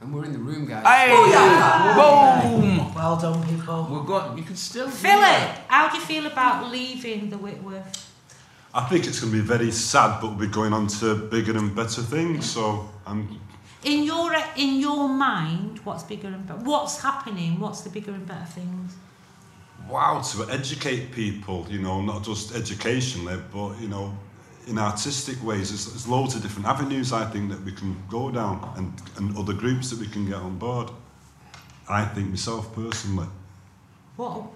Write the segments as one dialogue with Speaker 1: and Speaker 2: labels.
Speaker 1: And we're in the room, guys. Oh,
Speaker 2: Hey! Boom!
Speaker 3: Well done, people.
Speaker 2: We're going. You can still
Speaker 4: Philip, how do you feel about leaving the Whitworth?
Speaker 5: I think it's going to be very sad, but we'll be going on to bigger and better things. So I'm
Speaker 4: In your in your mind, what's bigger and better? What's happening? What's the bigger and better things?
Speaker 5: wow to educate people. You know, not just educationally, but you know, in artistic ways. There's, there's loads of different avenues I think that we can go down, and and other groups that we can get on board. I think myself personally,
Speaker 4: What?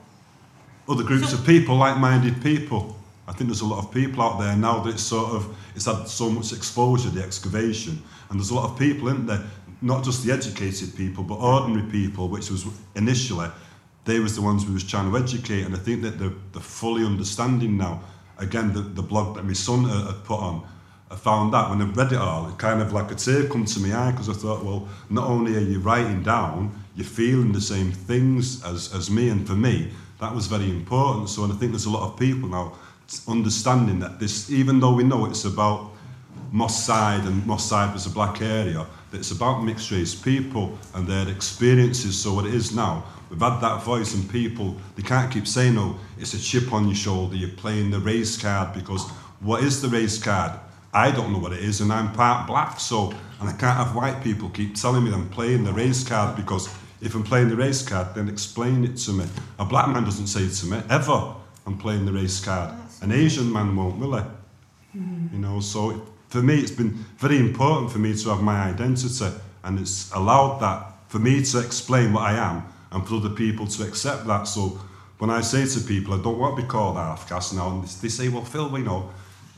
Speaker 5: other groups of people, like-minded people. I think there's a lot of people out there now that it's sort of it's had so much exposure, the excavation, and there's a lot of people in there, not just the educated people, but ordinary people, which was initially they was the ones we was trying to educate, and I think that they're, they're fully understanding now. Again, the, the blog that my son uh, had, had put on, I found that when I read it all, it kind of like a tear come to my eye because I thought, well, not only are you writing down, you're feeling the same things as, as me, and for me, that was very important. So, and I think there's a lot of people now t- understanding that this, even though we know it's about Moss Side and Moss Side was a black area, that it's about mixed race people and their experiences. So, what it is now, we've had that voice, and people they can't keep saying, oh, it's a chip on your shoulder, you're playing the race card because what is the race card? I don't know what it is, and I'm part black, so and I can't have white people keep telling me I'm playing the race card because if I'm playing the race card, then explain it to me. A black man doesn't say to me ever, "I'm playing the race card." An Asian man won't, will he? You know, so it, for me, it's been very important for me to have my identity, and it's allowed that for me to explain what I am, and for other people to accept that. So when I say to people, I don't want to be called half caste now, and they say, "Well, Phil, we know."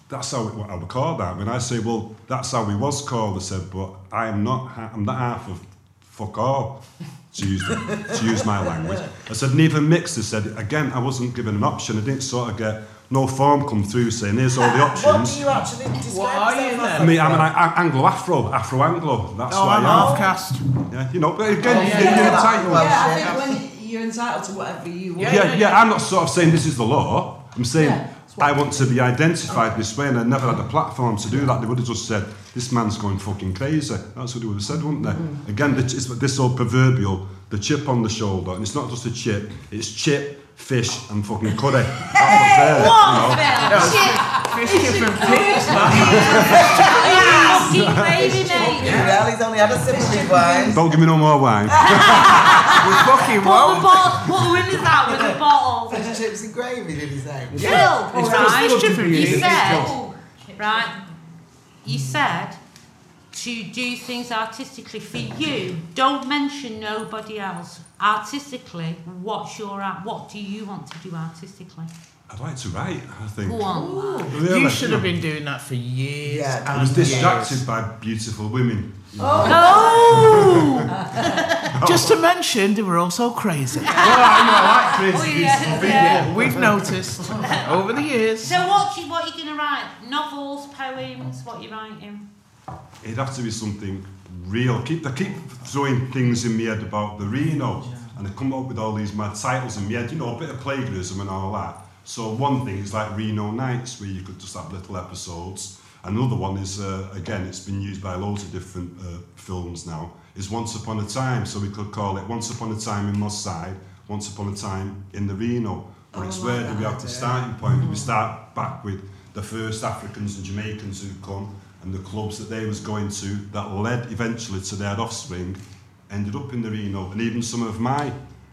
Speaker 5: That's how we, I would call that. When I say, well, that's how we was called, I said, but I am not, ha- I'm not half of fuck all, to use, to use my language. I said, neither mixed. I said, again, I wasn't given an option. I didn't sort of get no form come through saying, here's all the
Speaker 3: What do
Speaker 5: options.
Speaker 3: you actually describe
Speaker 2: What are you
Speaker 3: yourself
Speaker 2: then?
Speaker 3: as?
Speaker 5: I mean, I'm an A- Anglo Afro, Afro Anglo. That's
Speaker 2: Oh,
Speaker 5: what
Speaker 2: I'm
Speaker 5: I am.
Speaker 2: half cast.
Speaker 5: Oh, Yeah, you know, but again,
Speaker 3: Oh, yeah,
Speaker 5: you're
Speaker 3: yeah, that-
Speaker 5: entitled.
Speaker 3: well,
Speaker 5: yeah.
Speaker 3: yeah, I think when you're entitled to whatever you want.
Speaker 2: Yeah,
Speaker 5: Yeah, I'm not sort of saying this is the law. I'm saying I want to be identified this way, and I never had a platform to do that. They would have just said, "This man's going fucking crazy." That's what they would have said, wouldn't they?
Speaker 3: Mm.
Speaker 5: Again, the, it's this old proverbial, the chip on the shoulder, and it's not just a chip. It's chip, fish, and fucking curry. That's not fair, you know?
Speaker 2: Fish chip and pigs.
Speaker 4: Wow, keep waving, mate.
Speaker 3: Well, he's only had a sip of wine.
Speaker 5: Don't give me no more wine.
Speaker 2: We fucking
Speaker 4: What the
Speaker 2: won't.
Speaker 4: bottle? What the wind is that with the bottle? Phil,
Speaker 3: Fish chips and gravy, did he say?
Speaker 2: It's
Speaker 4: right?
Speaker 2: just good to be
Speaker 4: You
Speaker 2: in this
Speaker 4: said, right? You said to do things artistically for you. Don't mention nobody else. Artistically, what's your art? What do you want to do artistically?
Speaker 5: I'd like to write. I think.
Speaker 4: Go on. lad.
Speaker 5: Really,
Speaker 2: You should have been doing that for years.
Speaker 3: Yeah.
Speaker 2: and
Speaker 5: I was distracted
Speaker 2: years.
Speaker 5: by beautiful women.
Speaker 2: Oh! Just to mention, they were also crazy.
Speaker 5: well, I, you know, I like crazy,
Speaker 4: Oh, yeah,
Speaker 5: beautiful people.
Speaker 4: yeah.
Speaker 2: We've noticed over the years.
Speaker 4: So what you what are you gonna write? Novels, poems, what you writing?
Speaker 5: It'd have to be something real. Keep I keep throwing things in my head about the Reno, and I come up with all these mad titles in my head. You know, a bit of plagiarism and all that. So one thing is like Reno Nights, where you could just have little episodes. Another one is uh, again, it's been used by loads of different uh, films now. Is Once Upon a Time, so we could call it Once Upon a Time in Moss Side, Once Upon a Time in the Reno. But it's where do we have the starting point? Do we start back with the first Africans and Jamaicans who come and the clubs that they was going to that led eventually to their offspring ended up in the Reno and even some of my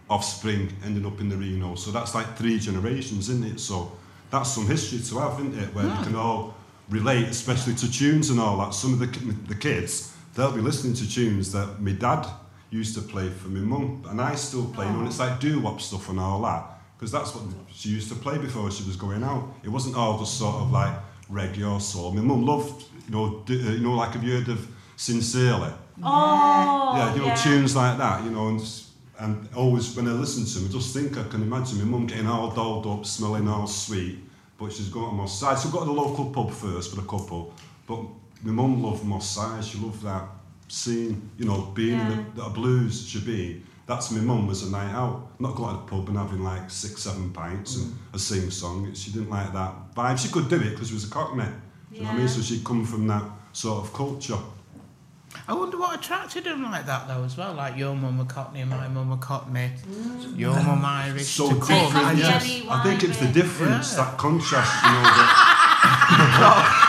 Speaker 5: offspring ended up in the Reno so that's like three generations isn't it so that's some history to have isn't it where you can all relate especially to tunes and all that some of the, ki- the kids they'll be listening to tunes that my dad used to play for my mum and I still play and it's like doo-wop stuff and all that because that's what she used to play before she was going out. It wasn't all just sort of like reggae or soul. My mum loved, you know, d- uh, you know, like have you heard of Sincerely?
Speaker 4: Oh
Speaker 5: yeah, you know,
Speaker 4: yeah.
Speaker 5: tunes like that, you know, and s- and always when I listen to them, I just think I can imagine my mum getting all dolled up, smelling all sweet, but she's going to Moss Side. So I got to the local pub first for a couple, but my mum loved Moss Side. She loved that scene, you know, being in the, the blues should be. That's my mum was a night out, not going to the pub and having like six, seven pints and a sing song. She didn't like that vibe. She could do it because she was a cockney. You know what I mean?
Speaker 4: Yeah.
Speaker 5: So she'd come from that sort of culture.
Speaker 2: I wonder what attracted him like that though as well. Like your mum were Cockney, my mum were Cockney,
Speaker 5: Mm.
Speaker 2: your mum Irish.
Speaker 5: Um, So
Speaker 2: to
Speaker 5: different,
Speaker 2: come. I
Speaker 5: yes.
Speaker 2: just-
Speaker 5: I think it's the difference,
Speaker 2: Yeah.
Speaker 5: that contrast, you know, that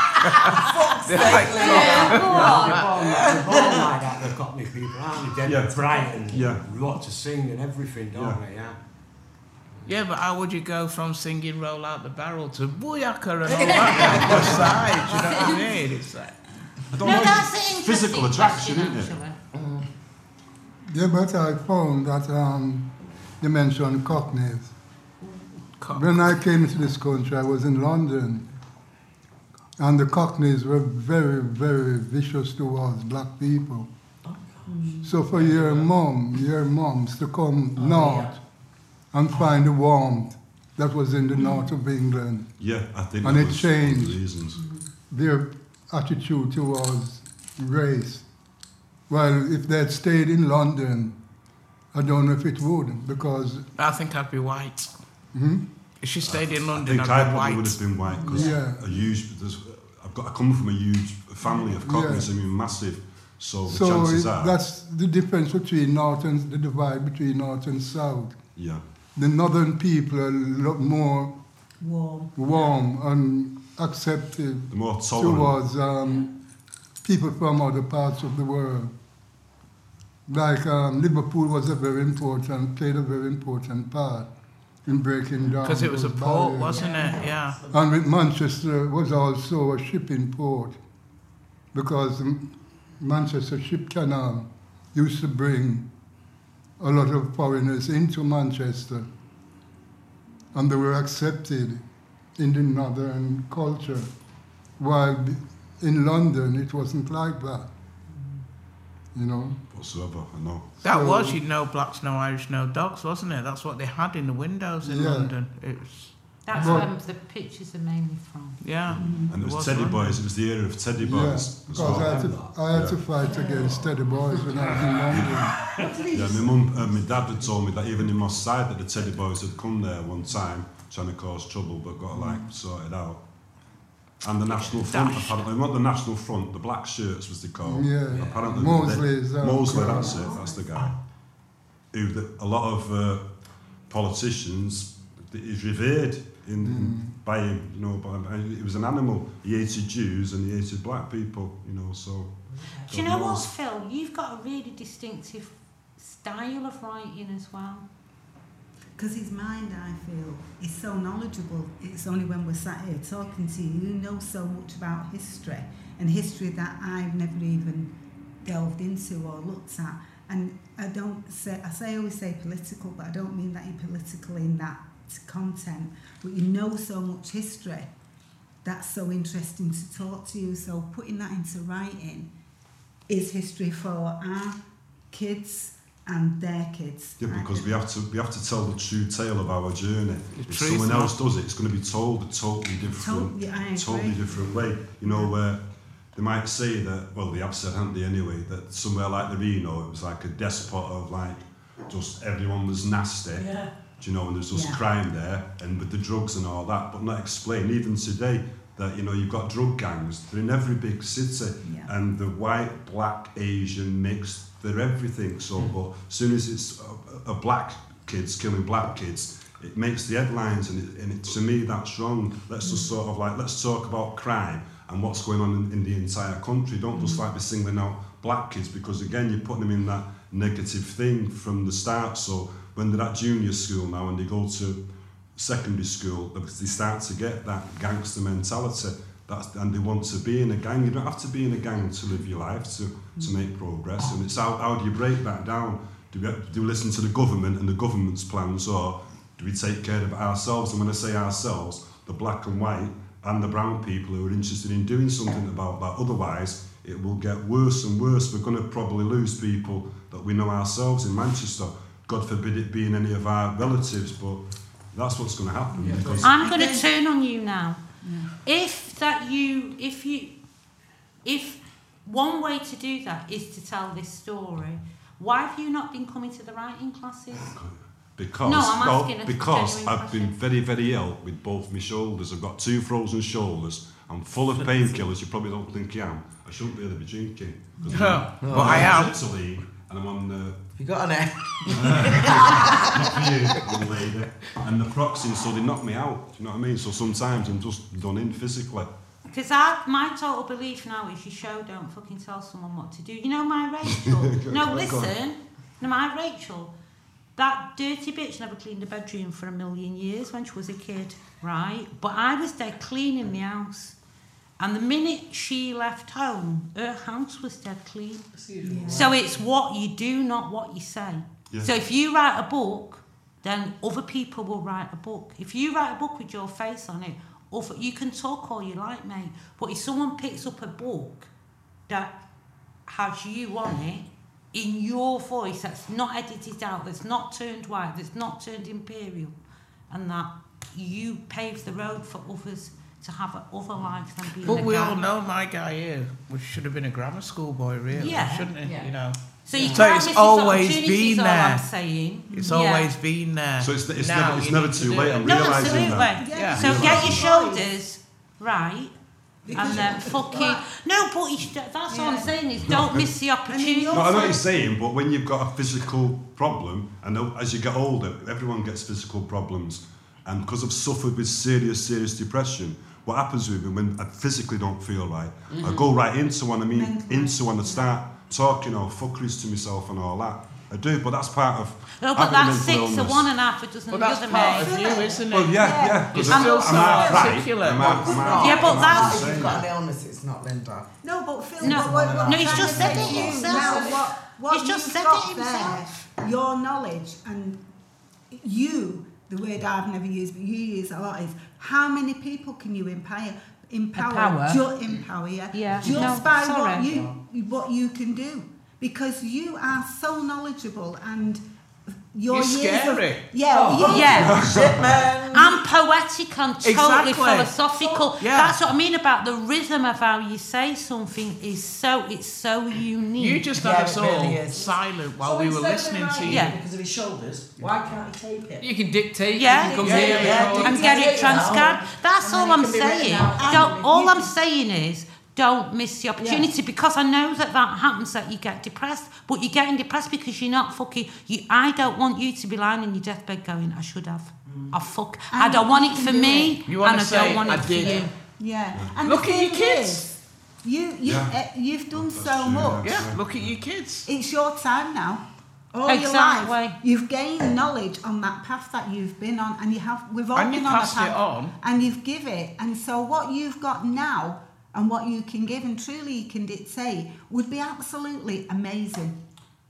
Speaker 2: Oh.
Speaker 1: Yeah, go on.
Speaker 6: They're born like that, the Cockney people, aren't they? They're
Speaker 5: Yeah.
Speaker 6: bright and
Speaker 5: Yeah.
Speaker 6: lot to sing and everything, don't
Speaker 5: Yeah.
Speaker 6: they? Yeah.
Speaker 2: Yeah, but how would you go from singing "Roll Out the Barrel" to "Booyaka" and all that on the side? You know what I mean? It's like
Speaker 5: I don't
Speaker 4: No,
Speaker 5: know,
Speaker 4: that's an
Speaker 5: it's
Speaker 4: interesting
Speaker 5: physical attraction,
Speaker 4: question,
Speaker 5: isn't it?
Speaker 4: actually.
Speaker 7: Yeah, but I found that um, you mentioned Cockneys.
Speaker 2: cock-
Speaker 7: When I came into this country, I was in London, and the Cockneys were very, very vicious towards black people. So for your mom, your moms to come north and find the warmth that was in the north of England,
Speaker 5: Yeah, I think
Speaker 7: And
Speaker 5: that
Speaker 7: it
Speaker 5: was one of the
Speaker 7: changed.
Speaker 5: reasons.
Speaker 7: their attitude towards race. Well, if they'd stayed in London, I don't know if it would, because
Speaker 2: I think I'd be white.
Speaker 7: hmm?
Speaker 2: If she stayed in
Speaker 5: Mm-hmm. I
Speaker 2: London,
Speaker 5: think
Speaker 2: I'd
Speaker 5: I
Speaker 2: be
Speaker 5: probably would
Speaker 2: white.
Speaker 5: have been white because
Speaker 7: Yeah.
Speaker 5: a huge. There's, I've got. I come from a huge family of Cockneys. I mean, massive. So the
Speaker 7: so
Speaker 5: chances
Speaker 7: it-
Speaker 5: are,
Speaker 7: that's the difference between north and the divide between north and south.
Speaker 5: yeah,
Speaker 7: The northern people are a lot more
Speaker 1: Warm.
Speaker 7: warm and acceptive
Speaker 5: the more tolerant.
Speaker 7: towards um, people from other parts of the world. Like um, Liverpool was a very important, played a very important part in breaking down.
Speaker 2: Because it was a
Speaker 7: those
Speaker 2: port,
Speaker 7: barriers.
Speaker 2: wasn't it? Yeah.
Speaker 7: And with Manchester was also a shipping port because M- Manchester Ship Canal used to bring a lot of foreigners into Manchester and they were accepted in the northern culture. While b- in London it wasn't like that, you know.
Speaker 5: Whatsoever, I know.
Speaker 2: That
Speaker 7: So-
Speaker 2: was, you know, blacks, no Irish, no dogs, wasn't it? That's what they had in the windows in
Speaker 7: Yeah.
Speaker 2: London. It was,
Speaker 4: That's
Speaker 7: Well-
Speaker 4: where the pictures are mainly from.
Speaker 2: yeah.
Speaker 5: And it was,
Speaker 2: was
Speaker 5: Teddy
Speaker 2: one.
Speaker 5: Boys. It was the era of Teddy
Speaker 7: Yeah,
Speaker 5: Boys as
Speaker 7: because
Speaker 5: well.
Speaker 7: I had,
Speaker 6: I'm
Speaker 7: to,
Speaker 6: not.
Speaker 7: I had to
Speaker 5: Yeah.
Speaker 7: fight against Teddy Boys when I was in London.
Speaker 5: Yeah, my mum, uh, my dad had told me that even in my side that the Teddy Boys had come there one time trying to cause trouble, but got like sorted out. And the National Front,
Speaker 2: Dashed.
Speaker 5: apparently, not the National Front, the Black Shirts was the call.
Speaker 7: Yeah.
Speaker 5: apparently
Speaker 7: Mosley's,
Speaker 5: They,
Speaker 7: um,
Speaker 5: Mosley,
Speaker 7: crowd.
Speaker 5: that's it, that's the guy. Who the, a lot of uh, politicians that is revered in, in by him, you know. By, by- he was an animal. He hated Jews and he hated black people, you know. So
Speaker 4: Do you
Speaker 5: God
Speaker 4: know what,
Speaker 5: knows.
Speaker 4: Phil? You've got a really distinctive style of writing as well.
Speaker 1: Because his mind, I feel, is so knowledgeable. It's only when we're sat here talking to you, you know so much about history and history that I've never even delved into or looked at. And I don't say, I say I always say political, but I don't mean that you're political in that content. But you know so much history that's so interesting to talk to you. So putting that into writing is history for our kids and their kids.
Speaker 5: Yeah,
Speaker 1: I
Speaker 5: because
Speaker 1: think.
Speaker 5: we have to we have to tell the true tale of our journey.
Speaker 2: The
Speaker 5: if
Speaker 2: truth,
Speaker 5: someone
Speaker 2: man.
Speaker 5: else does it, it's going to be told a totally different,
Speaker 1: Totally, I
Speaker 5: totally
Speaker 1: agree.
Speaker 5: different way. You know, where they might say that. Well, they have said, haven't they? Anyway, that somewhere like the Reno, it was like a despot of like just everyone was nasty.
Speaker 3: Yeah.
Speaker 5: Do you know? And there's just
Speaker 1: Yeah.
Speaker 5: crime there, and with the drugs and all that, but not explained. Even today, that you know you've got drug gangs. They're in every big city.
Speaker 1: Yeah.
Speaker 5: and the white, black, Asian mix, they're everything. So, but as soon as it's a, a black kids killing black kids, it makes the headlines, and, it, and it, to me, that's wrong. Let's just sort of like, let's talk about crime and what's going on in, in the entire country. Don't just like be singling out black kids because, again, you're putting them in that negative thing from the start. So, when they're at junior school now and they go to secondary school because they start to get that gangster mentality that's, and they want to be in a gang. You don't have to be in a gang to live your life, to, to make progress. And it's how, how do you break that down? Do we, do we listen to the government and the government's plans or do we take care of ourselves? And when I say ourselves, the black and white and the brown people who are interested in doing something about that. Otherwise, it will get worse and worse. We're going to probably lose people that we know ourselves in Manchester. God forbid it being any of our relatives, but that's what's going to happen. because
Speaker 4: I'm going to turn on you now. If that you, if you, if one way to do that is to tell this story, why have you not been coming to the writing classes?
Speaker 5: Because,
Speaker 4: No, I'm
Speaker 5: well,
Speaker 4: asking a
Speaker 5: because
Speaker 4: genuine
Speaker 5: I've been
Speaker 4: question.
Speaker 5: very, very ill with both my shoulders. I've got two frozen shoulders I'm full of painkillers, you probably don't think I am. I shouldn't really be drinking. 'cause I'm
Speaker 2: No,
Speaker 5: on
Speaker 2: but I am.
Speaker 5: Italy, and I'm on the
Speaker 3: You got an egg.
Speaker 5: young lady, and the proxy, so they knock me out. Do you know what I mean? So sometimes I'm just done in physically.
Speaker 4: Because I, my total belief now is you show, don't fucking tell someone what to do. You know my Rachel. no, listen. No, my Rachel. That dirty bitch never cleaned a bedroom for a million years when she was a kid, right? But I was there cleaning the house. And the minute she left home, her house was dead clean. So it's what you do, not what you say.
Speaker 5: Yeah.
Speaker 4: So if you write a book, then other people will write a book. If you write a book with your face on it, other, you can talk all you like, mate. But if someone picks up a book that has you on it, in your voice, that's not edited out, that's not turned white, that's not turned imperial, and that you pave the road for others to have other lives than being
Speaker 2: But
Speaker 4: a
Speaker 2: we
Speaker 4: guy.
Speaker 2: all know my guy here, which should have been a grammar school boy, really,
Speaker 4: Yeah.
Speaker 2: shouldn't he?
Speaker 3: Yeah.
Speaker 2: You know,
Speaker 4: So you
Speaker 2: So
Speaker 4: can't
Speaker 2: it's
Speaker 4: miss
Speaker 2: always
Speaker 4: these
Speaker 2: been
Speaker 4: opportunities, all
Speaker 2: there.
Speaker 4: I'm saying.
Speaker 2: it's
Speaker 4: Yeah.
Speaker 2: always been there.
Speaker 5: So it's, it's
Speaker 2: Now
Speaker 5: never, it's
Speaker 2: you
Speaker 5: never
Speaker 2: need to
Speaker 5: too
Speaker 2: do
Speaker 5: late.
Speaker 2: it.
Speaker 5: I'm
Speaker 4: No,
Speaker 5: realising
Speaker 4: absolutely.
Speaker 5: that.
Speaker 2: Yeah.
Speaker 4: So get your
Speaker 1: Realising.
Speaker 4: shoulders right.
Speaker 1: Because
Speaker 4: and then fucking no, but you, sh- that's all I'm
Speaker 1: Yeah.
Speaker 4: saying is don't miss the opportunity.
Speaker 1: you're-
Speaker 5: No, I know what you're saying, but when you've got a physical problem, and as you get older, everyone gets physical problems, and because I've suffered with serious, serious depression, what happens with me when I physically don't feel right? I
Speaker 4: Mm-hmm.
Speaker 5: go right into one. I mean,
Speaker 1: Mentally.
Speaker 5: into one. I start talking all fuckeries to myself and all that. I do, but that's part of.
Speaker 4: no, but
Speaker 5: having
Speaker 4: that's
Speaker 5: mental illness.
Speaker 4: six of one and a half a dozen
Speaker 2: But
Speaker 4: of the other
Speaker 2: that's part
Speaker 4: mate.
Speaker 2: of you, isn't it?
Speaker 5: Well, yeah, yeah.
Speaker 2: You're
Speaker 5: 'cause I'm-
Speaker 2: still
Speaker 5: I'm
Speaker 2: so
Speaker 5: out right,
Speaker 2: articulate.
Speaker 5: I'm out- I'm out-
Speaker 4: Yeah, but
Speaker 5: I'm out
Speaker 4: that's-
Speaker 5: the
Speaker 3: If
Speaker 5: same.
Speaker 3: you've got an illness, it's not Linda.
Speaker 1: No, but Phil,
Speaker 4: No.
Speaker 1: what, what, what
Speaker 4: No, he's
Speaker 1: I'm
Speaker 4: just
Speaker 1: trying
Speaker 4: said
Speaker 1: to
Speaker 4: it
Speaker 1: say to you
Speaker 4: himself.
Speaker 1: Now, what, what
Speaker 4: He's just
Speaker 1: you've
Speaker 4: said
Speaker 1: got
Speaker 4: it himself.
Speaker 1: There, your knowledge and you, the word I've never used, but you use a lot, is how many people can you empower? Empower,
Speaker 4: Empower?
Speaker 1: ju- empower, yeah.
Speaker 4: Yeah,
Speaker 1: Just
Speaker 4: no,
Speaker 1: by
Speaker 4: sorry.
Speaker 1: what you what you can do, because you are so knowledgeable and your
Speaker 2: You're
Speaker 1: years
Speaker 2: scary.
Speaker 1: Of, yeah, yeah,
Speaker 4: Oh. Yeah,
Speaker 3: Shit, man.
Speaker 4: I'm poetic and totally
Speaker 2: Exactly.
Speaker 4: philosophical.
Speaker 2: Yeah.
Speaker 4: That's what I mean about the rhythm of how you say something is so it's so unique.
Speaker 2: You just
Speaker 3: Yeah,
Speaker 2: had us
Speaker 3: it
Speaker 2: all
Speaker 3: really is.
Speaker 2: silent while
Speaker 3: So
Speaker 2: we were
Speaker 3: instead of
Speaker 2: listening to
Speaker 3: writing
Speaker 2: you.
Speaker 4: Yeah.
Speaker 3: Because of his shoulders, why can't he take it?
Speaker 8: You can dictate.
Speaker 4: Yeah.
Speaker 8: You can come
Speaker 2: Yeah,
Speaker 8: here.
Speaker 2: yeah,
Speaker 8: Yeah,
Speaker 2: yeah.
Speaker 4: and get it
Speaker 3: Yeah.
Speaker 4: transcribed. That's
Speaker 3: And
Speaker 4: all
Speaker 3: then it
Speaker 4: I'm
Speaker 3: can be written
Speaker 4: saying.
Speaker 3: out.
Speaker 4: Don't, all
Speaker 3: You
Speaker 4: I'm
Speaker 3: can-
Speaker 4: saying is don't miss the opportunity because I know that that happens that you get depressed, but you're getting depressed because you're not fucking. You, I don't want you to be lying in your deathbed going, I should have. I fuck. I
Speaker 1: And
Speaker 4: don't want it
Speaker 1: you
Speaker 4: for
Speaker 1: can do
Speaker 4: me,
Speaker 2: You
Speaker 4: and
Speaker 2: wanna
Speaker 4: I
Speaker 2: say,
Speaker 4: don't want
Speaker 2: "I
Speaker 4: it for
Speaker 2: did it."
Speaker 4: you.
Speaker 1: yeah. And
Speaker 2: Look
Speaker 1: the
Speaker 2: at your
Speaker 1: thing
Speaker 2: kids.
Speaker 1: is, You you
Speaker 5: Yeah.
Speaker 1: uh, you've done
Speaker 5: That's
Speaker 1: so
Speaker 5: true,
Speaker 1: much.
Speaker 2: Yeah, look at your kids.
Speaker 1: It's your time now. All your
Speaker 4: Exactly.
Speaker 1: life, you've gained knowledge on that path that you've been on, and you have. We've all
Speaker 2: And you
Speaker 1: been on a
Speaker 2: passed
Speaker 1: path,
Speaker 2: it on.
Speaker 1: and you've give it. And so, what you've got now, and what you can give, and truly you can dictate, would be absolutely amazing.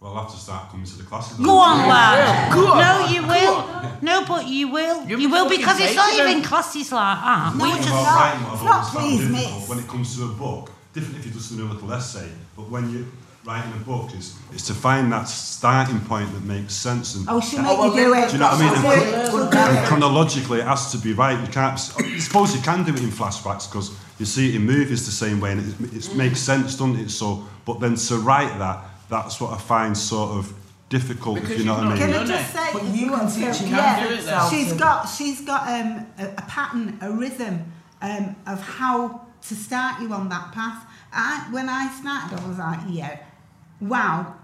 Speaker 5: Well, I'll have to start coming to the classes.
Speaker 4: Go on,
Speaker 2: Yeah,
Speaker 4: lad.
Speaker 2: go on.
Speaker 4: No, you will. No, but you will.
Speaker 2: You're
Speaker 4: you will
Speaker 2: fucking
Speaker 4: because it's not
Speaker 2: taking
Speaker 4: even
Speaker 2: them.
Speaker 4: classes like that.
Speaker 1: No,
Speaker 4: we
Speaker 1: it's
Speaker 4: just
Speaker 5: about
Speaker 1: not-
Speaker 5: writing
Speaker 1: it's
Speaker 5: I've
Speaker 1: not
Speaker 5: always found
Speaker 1: please,
Speaker 5: difficult
Speaker 1: miss.
Speaker 5: when it comes to a book. Different if you're just doing a little essay, but when you're writing a book, is it's to find that starting point that makes sense and.
Speaker 1: Oh, she'll
Speaker 5: and-
Speaker 1: make
Speaker 3: well,
Speaker 1: you do
Speaker 3: then-
Speaker 1: it.
Speaker 5: do you know what I mean? And,
Speaker 1: She'll do it.
Speaker 5: chron- and chronologically, it has to be right. You can't. I suppose you can do it in flashbacks because you see it in movies the same way, and it, it makes sense, doesn't it? So, but then to write that, that's what I find sort of difficult. if
Speaker 2: Because
Speaker 5: you know
Speaker 2: you've
Speaker 5: what I
Speaker 2: not
Speaker 5: mean?
Speaker 1: Can
Speaker 2: No,
Speaker 1: I
Speaker 2: no.
Speaker 1: just say,
Speaker 3: But you can teach him
Speaker 2: how
Speaker 1: yeah,
Speaker 2: to do it though.
Speaker 1: She's got, she's got um, a, a pattern, a rhythm um, of how to start you on that path. I, when I started, I was like, yeah, wow.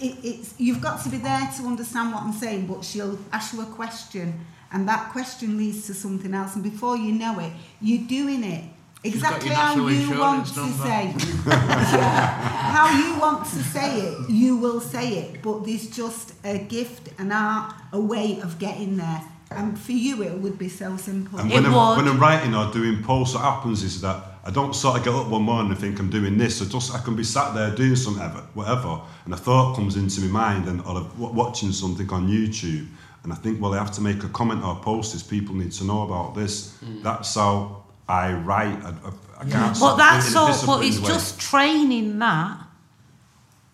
Speaker 1: It, it's you've got to be there to understand what I'm saying, but she'll ask you a question, and that question leads to something else, and before you know it, you're doing it
Speaker 2: She's got
Speaker 1: exactly
Speaker 2: your
Speaker 1: how
Speaker 2: national
Speaker 1: you want
Speaker 2: insurance
Speaker 1: to
Speaker 2: number.
Speaker 1: say how you want to say it, you will say it, but there's just a gift, an art, a way of getting there. And for you, it would be so simple.
Speaker 5: And
Speaker 4: It
Speaker 5: when I'm,
Speaker 4: would.
Speaker 5: when I'm writing or doing posts, what happens is that I don't sort of get up one morning and think I'm doing this. I just I can be sat there doing something, ever- whatever, and a thought comes into my mind, and or I'm wa- watching something on YouTube, and I think, well, I have to make a comment or post this. People need to know about this. That's how I write. I, I, I can't.
Speaker 4: But
Speaker 5: sort of do it
Speaker 4: that's
Speaker 5: in a
Speaker 4: all. But
Speaker 5: disciplined
Speaker 4: it's
Speaker 5: way.
Speaker 4: just training that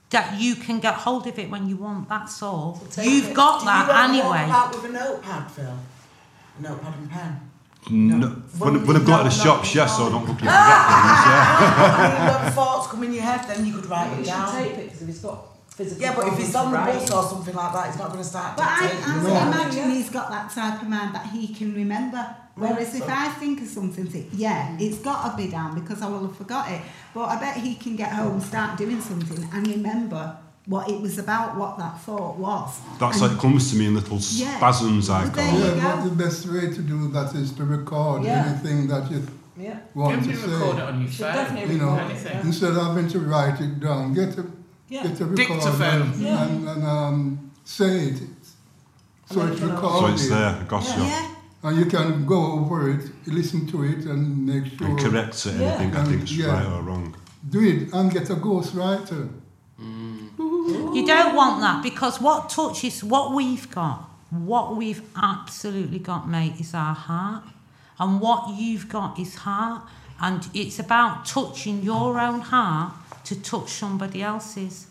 Speaker 4: that you can get hold of it when you want. That's all.
Speaker 3: Take
Speaker 4: You've
Speaker 3: it.
Speaker 4: got
Speaker 3: Do
Speaker 4: that
Speaker 3: you want to walk
Speaker 4: anyway.
Speaker 3: out with a notepad, Phil? A notepad and pen.
Speaker 5: No, when, when I've got to the
Speaker 3: No, no,
Speaker 5: shops,
Speaker 3: no.
Speaker 5: yes, so I don't look you can get things. Yeah.
Speaker 3: When you've got thoughts come in your head, then you could write it down.
Speaker 9: it because if it's got
Speaker 8: physical.
Speaker 3: Yeah, but
Speaker 8: problems
Speaker 3: if he's
Speaker 8: to
Speaker 3: on the
Speaker 8: write.
Speaker 3: bus or something like that, he's not going to start
Speaker 1: But I,
Speaker 3: dictating.
Speaker 1: I
Speaker 3: is he?
Speaker 1: imagine he's got that type of mind that he can remember. Whereas if I think of something, think, yeah, it's got to be down because I will have forgot it. But I bet he can get home, start doing something, and remember what it was about, what that thought was.
Speaker 5: That's
Speaker 1: and
Speaker 5: how it comes to me in little
Speaker 1: Yeah.
Speaker 5: spasms, I
Speaker 1: But
Speaker 5: call
Speaker 1: There you
Speaker 5: it.
Speaker 7: Yeah,
Speaker 1: go.
Speaker 7: but the best way to do that is to record
Speaker 8: Yeah.
Speaker 7: anything that you
Speaker 8: Yeah.
Speaker 7: want to
Speaker 2: Definitely record it
Speaker 7: say.
Speaker 2: on your
Speaker 8: Should
Speaker 2: phone.
Speaker 8: definitely
Speaker 7: You know,
Speaker 8: record it, yeah.
Speaker 7: instead of having to write it down, get a
Speaker 8: Yeah.
Speaker 7: get a recorder
Speaker 2: Dictaphone.
Speaker 7: and,
Speaker 8: Yeah.
Speaker 7: and, and um, say it, so
Speaker 8: And
Speaker 7: it's
Speaker 8: then you can-
Speaker 5: So
Speaker 7: recorded,
Speaker 5: it's there, gosh, yeah.
Speaker 1: Yeah,
Speaker 7: and you can go over it, listen to it, and make sure
Speaker 5: And correct it,
Speaker 8: Yeah.
Speaker 5: anything I
Speaker 7: Um,
Speaker 5: think is
Speaker 7: yeah.
Speaker 5: right or wrong.
Speaker 7: do it, and get a ghostwriter.
Speaker 4: You don't want that because what touches what we've got, what we've absolutely got, mate, is our heart. And what you've got is heart. And it's about touching your own heart to touch somebody else's.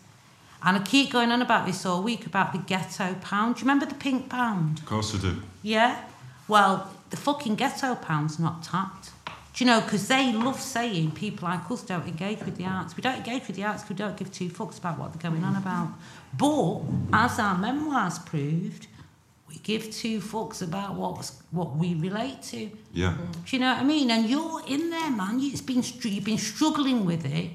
Speaker 4: And I keep going on about this all week about the ghetto pound. Do you remember the pink pound?
Speaker 5: Of course I do.
Speaker 4: Yeah. Well, the fucking ghetto pound's not tapped. Do you know? Because they love saying people like us don't engage with the arts. We don't engage with the arts 'cause we don't give two fucks about what they're going on about. But as our memoirs proved, we give two fucks about what's, what we relate to.
Speaker 5: Yeah.
Speaker 4: Do you know what I mean? And you're in there, man. It's been str- you've been struggling with it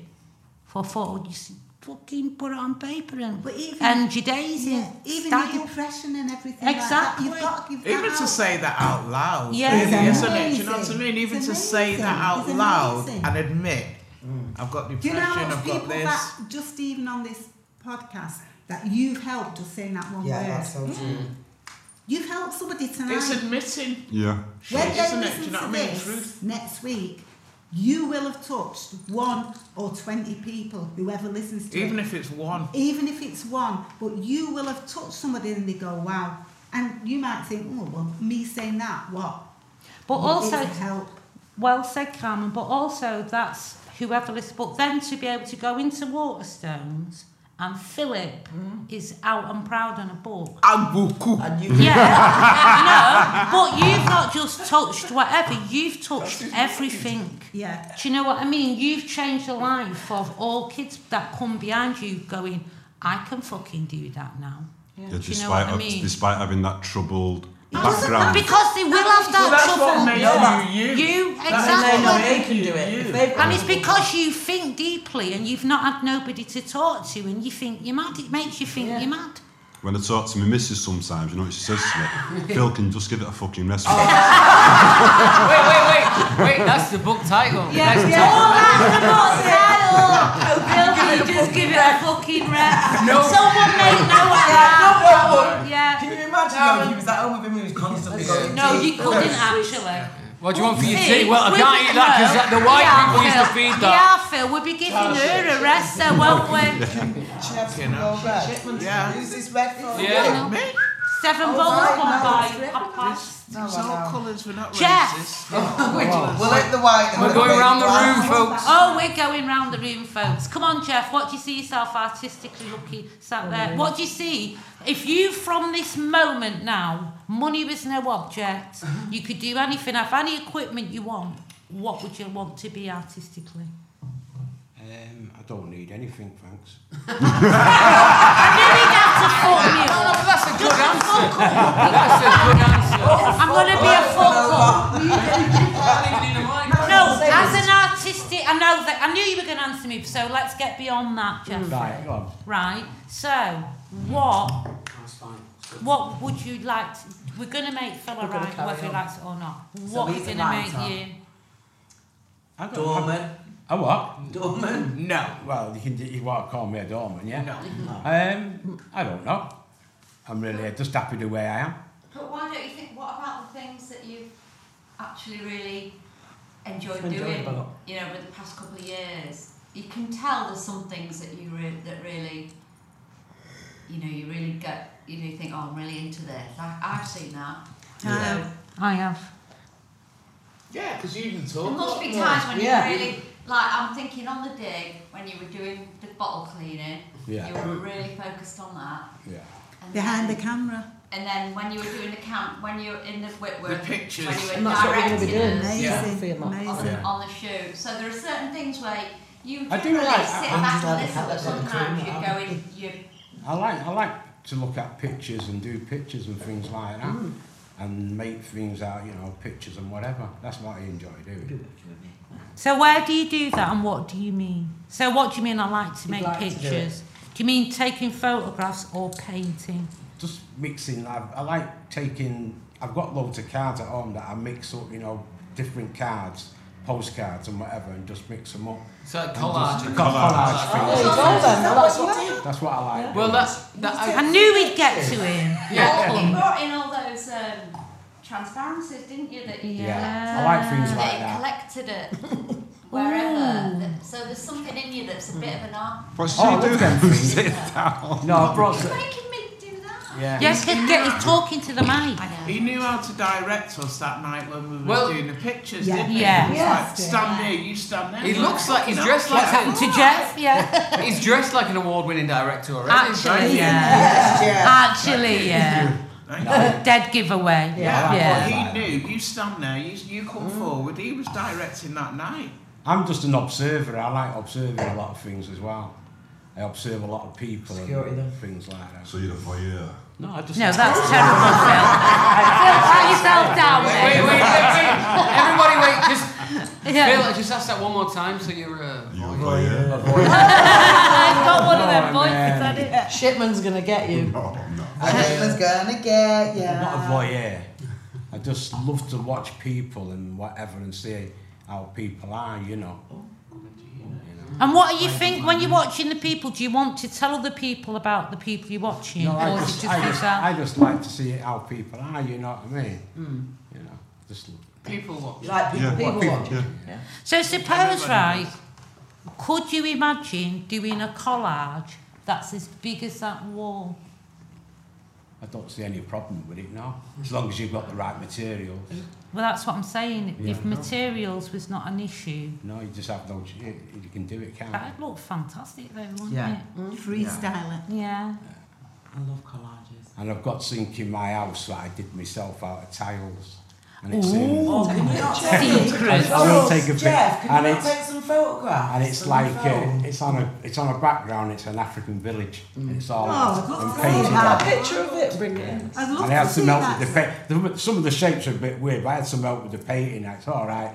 Speaker 4: for four. You s- fucking put it on paper and
Speaker 1: But even-
Speaker 4: and your days in
Speaker 1: yeah. Even
Speaker 4: staggered
Speaker 1: the impression and everything. Exactly.
Speaker 4: Exactly.
Speaker 1: Like that, you've got to give that
Speaker 2: Even to
Speaker 1: out.
Speaker 2: say that out loud,
Speaker 4: Yeah.
Speaker 1: It's
Speaker 2: really, isn't it? Do you know what I
Speaker 1: amazing.
Speaker 2: mean? Even
Speaker 1: It's
Speaker 2: to say
Speaker 1: amazing.
Speaker 2: that out
Speaker 1: It's
Speaker 2: loud
Speaker 1: amazing.
Speaker 2: and admit, I've got
Speaker 1: Do you
Speaker 2: depression,
Speaker 1: know how much
Speaker 2: I've got
Speaker 1: people
Speaker 2: this.
Speaker 1: that just even on this podcast that you've helped just saying that one
Speaker 3: Yeah,
Speaker 1: word? Mm.
Speaker 3: that's so true.
Speaker 1: You've helped somebody tonight.
Speaker 2: It's admitting.
Speaker 5: Yeah.
Speaker 1: When
Speaker 2: shit,
Speaker 1: they
Speaker 2: isn't it?
Speaker 1: listen
Speaker 2: Do you
Speaker 1: to
Speaker 2: know what I mean?
Speaker 1: this
Speaker 2: Truth.
Speaker 1: next week, you will have touched one or twenty people. Whoever listens to
Speaker 2: Even
Speaker 1: it,
Speaker 2: if it's one.
Speaker 1: even if it's one, but you will have touched somebody, and they go, "Wow!" And you might think, "Oh, well, me saying that, what?"
Speaker 4: But also,
Speaker 1: It'll help.
Speaker 4: well said, Carmen, but also that's whoever listens. But then to be able to go into Waterstones and Philip is out and proud on a book.
Speaker 2: Ah, Abuku.
Speaker 8: And you
Speaker 4: Yeah, no, but you've not just touched whatever, you've touched everything.
Speaker 1: Yeah.
Speaker 4: Do you know what I mean? You've changed the life of all kids that come behind you going, I can fucking do that now.
Speaker 5: Yeah,
Speaker 4: you know
Speaker 5: despite,
Speaker 4: what I mean?
Speaker 5: despite having that troubled
Speaker 1: doesn't
Speaker 5: background.
Speaker 4: Because they will have
Speaker 2: Well,
Speaker 4: that
Speaker 2: that's what
Speaker 4: trouble.
Speaker 2: makes
Speaker 3: that-
Speaker 2: you you.
Speaker 4: You,
Speaker 2: That-
Speaker 4: exactly.
Speaker 8: they know they
Speaker 2: Thank
Speaker 8: can
Speaker 2: you,
Speaker 8: do it.
Speaker 2: you.
Speaker 8: If they've
Speaker 4: And it's because you think deeply and you've not had nobody to talk to and you think you're mad. It makes you think you're mad.
Speaker 5: When I talk to my missus sometimes, you know what she says to me? Phil can just give it a fucking rest.
Speaker 4: Oh.
Speaker 9: wait, wait, wait, wait. That's the book title. That's-
Speaker 4: Oh, that's the boss title. Oh, Bill, can you just give it a fucking rest? No. Someone make no
Speaker 3: Yeah,
Speaker 4: one. Yeah.
Speaker 3: Can you imagine though, if he was at home with him and he was constantly going?
Speaker 4: No, you couldn't actually.
Speaker 9: What do you want for your
Speaker 4: See,
Speaker 9: tea? Well, I
Speaker 4: we-
Speaker 9: can't eat that because the white
Speaker 4: yeah,
Speaker 9: people used to
Speaker 4: Phil.
Speaker 9: feed that.
Speaker 4: Yeah, Phil, we'll be giving her a rest, though, won't we?
Speaker 3: She had some
Speaker 2: You know,
Speaker 3: more bread.
Speaker 2: yeah.
Speaker 3: Use this red phone.
Speaker 9: Yeah.
Speaker 4: No.
Speaker 2: Mate,
Speaker 4: Seven
Speaker 3: Oh,
Speaker 4: bowls
Speaker 3: right,
Speaker 4: gone
Speaker 3: no, it's
Speaker 4: by.
Speaker 3: ripped.
Speaker 4: half past.
Speaker 3: No,
Speaker 2: it's
Speaker 3: I
Speaker 2: all
Speaker 3: know.
Speaker 2: colours, we're not
Speaker 4: Jeff.
Speaker 2: racist.
Speaker 3: We'll let the white. and
Speaker 9: We're
Speaker 3: the
Speaker 9: going
Speaker 3: red
Speaker 9: round the
Speaker 3: glass.
Speaker 9: room, folks.
Speaker 4: Oh, we're going round the room, folks. Come on, Jeff. What do you see yourself artistically looking sat
Speaker 9: Oh,
Speaker 4: there? What do you see? If you, from this moment now, money was no object,
Speaker 9: Mm-hmm.
Speaker 4: you could do anything, have any equipment you want, what would you want to be artistically?
Speaker 6: Um, I don't need anything, thanks.
Speaker 4: I knew he'd have to fuck you.
Speaker 9: Oh, that's a good answer. That's a good answer. Oh,
Speaker 4: I'm going to be a fuck up.
Speaker 9: I need a mic.
Speaker 4: No, as an artistic, I know that, I knew you were going to answer me, so let's get beyond that, Jeff.
Speaker 6: Right, go on.
Speaker 4: Right, so what
Speaker 6: That's fine.
Speaker 4: What would you like? To, we're going to make Phil a
Speaker 8: gonna
Speaker 4: right,
Speaker 8: carry
Speaker 4: whether he
Speaker 8: on.
Speaker 4: likes it or not. What
Speaker 8: he's
Speaker 4: is
Speaker 8: a
Speaker 4: going to make
Speaker 8: writer.
Speaker 4: you?
Speaker 6: I got,
Speaker 8: Dorman.
Speaker 6: I, I what?
Speaker 8: Dorman.
Speaker 6: No. Well, you can do- you want to call me a doorman, yeah?
Speaker 2: No.
Speaker 6: Um, I don't know. I'm really just happy the way I am.
Speaker 10: But why don't you think? What about the things that you've actually really enjoyed
Speaker 8: Enjoyed
Speaker 10: doing?
Speaker 8: a lot.
Speaker 10: You know, over the past couple of years, you can tell there's some things that you re- that really, you know, you really get. You know, you think, oh, I'm really into this. I, I've seen that.
Speaker 1: Yeah.
Speaker 4: Um, I have.
Speaker 2: Yeah, because you even talk.
Speaker 10: There must be
Speaker 2: a lot more.
Speaker 10: times when
Speaker 8: Yeah.
Speaker 10: you really like. I'm thinking on the day when you were doing the bottle cleaning,
Speaker 6: Yeah.
Speaker 10: you were really focused on that.
Speaker 6: Yeah.
Speaker 10: And
Speaker 1: Behind the
Speaker 10: then-
Speaker 1: camera.
Speaker 10: And then when you were doing the camp, when you were in the Whitworth,
Speaker 2: The pictures.
Speaker 10: when you were
Speaker 8: And that's what we're going to be
Speaker 10: directing
Speaker 8: doing.
Speaker 10: us,
Speaker 1: Amazing.
Speaker 2: Yeah.
Speaker 8: Feel that.
Speaker 10: on,
Speaker 1: Amazing.
Speaker 10: on the shoot. So there are certain things where you
Speaker 6: I do
Speaker 10: generally
Speaker 6: like-
Speaker 10: sit
Speaker 6: I-
Speaker 10: back
Speaker 3: I'm
Speaker 10: and
Speaker 3: just like
Speaker 10: listen, but
Speaker 3: the colour
Speaker 10: sometimes
Speaker 3: of the
Speaker 10: you're
Speaker 3: colour.
Speaker 10: going, you're
Speaker 6: I like I like to look at pictures and do pictures and things like that,
Speaker 3: Mm.
Speaker 6: and make things out. You know, pictures and whatever. That's what I enjoy doing.
Speaker 4: So where do you do that and what do you mean? So what do you mean I like to
Speaker 3: You'd
Speaker 4: make
Speaker 3: like to do
Speaker 4: pictures? do you mean taking photographs or painting?
Speaker 6: Just mixing. I, I like taking. I've got loads of cards at home that I mix up. You know, different cards, postcards and whatever, and just mix them up.
Speaker 9: It's like
Speaker 6: And just-
Speaker 9: collage.
Speaker 6: collage,
Speaker 3: Oh, There you
Speaker 6: things.
Speaker 3: go then. Well, that's what you do.
Speaker 6: That's what I like.
Speaker 9: Well,
Speaker 6: doing.
Speaker 9: that's that. I,
Speaker 4: I knew we'd get to him.
Speaker 9: yeah.
Speaker 10: Well, you brought in all those um, transparencies, didn't you? That you
Speaker 6: yeah. I
Speaker 4: Yeah.
Speaker 6: like things like
Speaker 10: that you
Speaker 6: that.
Speaker 10: collected it wherever. That- So there's something in you that's a bit of an art.
Speaker 5: What's she
Speaker 6: Oh, I
Speaker 5: doing?
Speaker 6: love them things.
Speaker 5: Sit down.
Speaker 6: No, I brought.
Speaker 10: You're making me do that.
Speaker 6: Yeah.
Speaker 4: Yes, get, get, he's talking to the mic.
Speaker 2: He knew how to direct us that night when we were
Speaker 9: Well-
Speaker 2: doing the pictures,
Speaker 1: Yeah.
Speaker 2: didn't he?
Speaker 4: Yeah.
Speaker 2: He was
Speaker 1: Yes,
Speaker 2: like,
Speaker 1: dear.
Speaker 2: stand there, you stand there.
Speaker 9: He
Speaker 2: You're
Speaker 9: looks like he's
Speaker 2: "Fucking
Speaker 9: dressed
Speaker 2: hell."
Speaker 9: like
Speaker 4: What's happened to Jeff? Yeah.
Speaker 9: He's dressed like an award-winning director already.
Speaker 4: Actually, yeah.
Speaker 3: Yes, yeah.
Speaker 4: Actually, yeah.
Speaker 2: Thank you.
Speaker 4: Dead giveaway.
Speaker 2: Yeah,
Speaker 4: Yeah.
Speaker 2: but he knew. You stand there. You, you come forward. He was directing that night.
Speaker 6: I'm just an observer. I like observing a lot of things as well. I observe a lot of people
Speaker 3: Security
Speaker 6: and
Speaker 3: then.
Speaker 6: things like that.
Speaker 5: So you're a voyeur.
Speaker 9: No, I just.
Speaker 4: No, that's terrible, Phil. Phil, pat yourself down
Speaker 9: Wait, wait,
Speaker 4: there.
Speaker 9: wait, wait! Everybody, wait! Just
Speaker 4: Yeah.
Speaker 9: Phil, just ask that one more time, so you're. Uh,
Speaker 5: You're a voyeur.
Speaker 4: I've got one of them
Speaker 6: Oh,
Speaker 4: voices
Speaker 6: man.
Speaker 4: on it.
Speaker 3: Shipman's gonna get you.
Speaker 5: No, no.
Speaker 3: Shipman's gonna get you.
Speaker 6: I'm not a voyeur. I just love to watch people and whatever and see how people are, you know.
Speaker 4: And what do you think when you're watching the people? Do you want to tell other people about the people you're watching,
Speaker 6: No, I
Speaker 4: or is
Speaker 6: just,
Speaker 4: it just
Speaker 6: I, just, I
Speaker 4: yourself? Hmm.
Speaker 6: just like to see how people are, you know what I mean? You know, just
Speaker 9: people watch.
Speaker 3: You like people,
Speaker 5: Yeah.
Speaker 3: people
Speaker 6: People,
Speaker 3: watch.
Speaker 5: yeah.
Speaker 4: So suppose, right? Could you imagine doing a collage that's as big as that wall?
Speaker 6: I don't see any problem with it, no. As long as you've got the right materials.
Speaker 4: Well, that's what I'm saying. If
Speaker 6: Yeah.
Speaker 4: materials was not an issue,
Speaker 6: No, you just have no, ch- you you can do it, can't you?
Speaker 4: that'd look fantastic, though, wouldn't
Speaker 9: Yeah.
Speaker 3: Mm.
Speaker 1: Freestyle it.
Speaker 4: it? Yeah.
Speaker 9: I love collages.
Speaker 6: And I've got sink in my house that I did myself out of tiles. And it's in.
Speaker 3: Oh, can you not take
Speaker 4: Secret.
Speaker 6: I will take a pic-
Speaker 3: Jeff, can
Speaker 6: and
Speaker 3: you not
Speaker 6: it's-
Speaker 3: take some photographs?
Speaker 6: And it's
Speaker 3: on
Speaker 6: like
Speaker 3: your
Speaker 6: uh,
Speaker 3: phone?
Speaker 6: it's on a it's on a background. It's an African village. It's all
Speaker 1: Oh,
Speaker 6: and
Speaker 1: that's
Speaker 6: painted
Speaker 1: great.
Speaker 6: up.
Speaker 3: Have a picture of it, bring it in.
Speaker 1: I'd love
Speaker 6: And I
Speaker 1: to
Speaker 6: had
Speaker 1: see
Speaker 6: some help
Speaker 1: that.
Speaker 6: with the paint. The, some of the shapes are a bit weird, but I had some help with the painting. That's all right.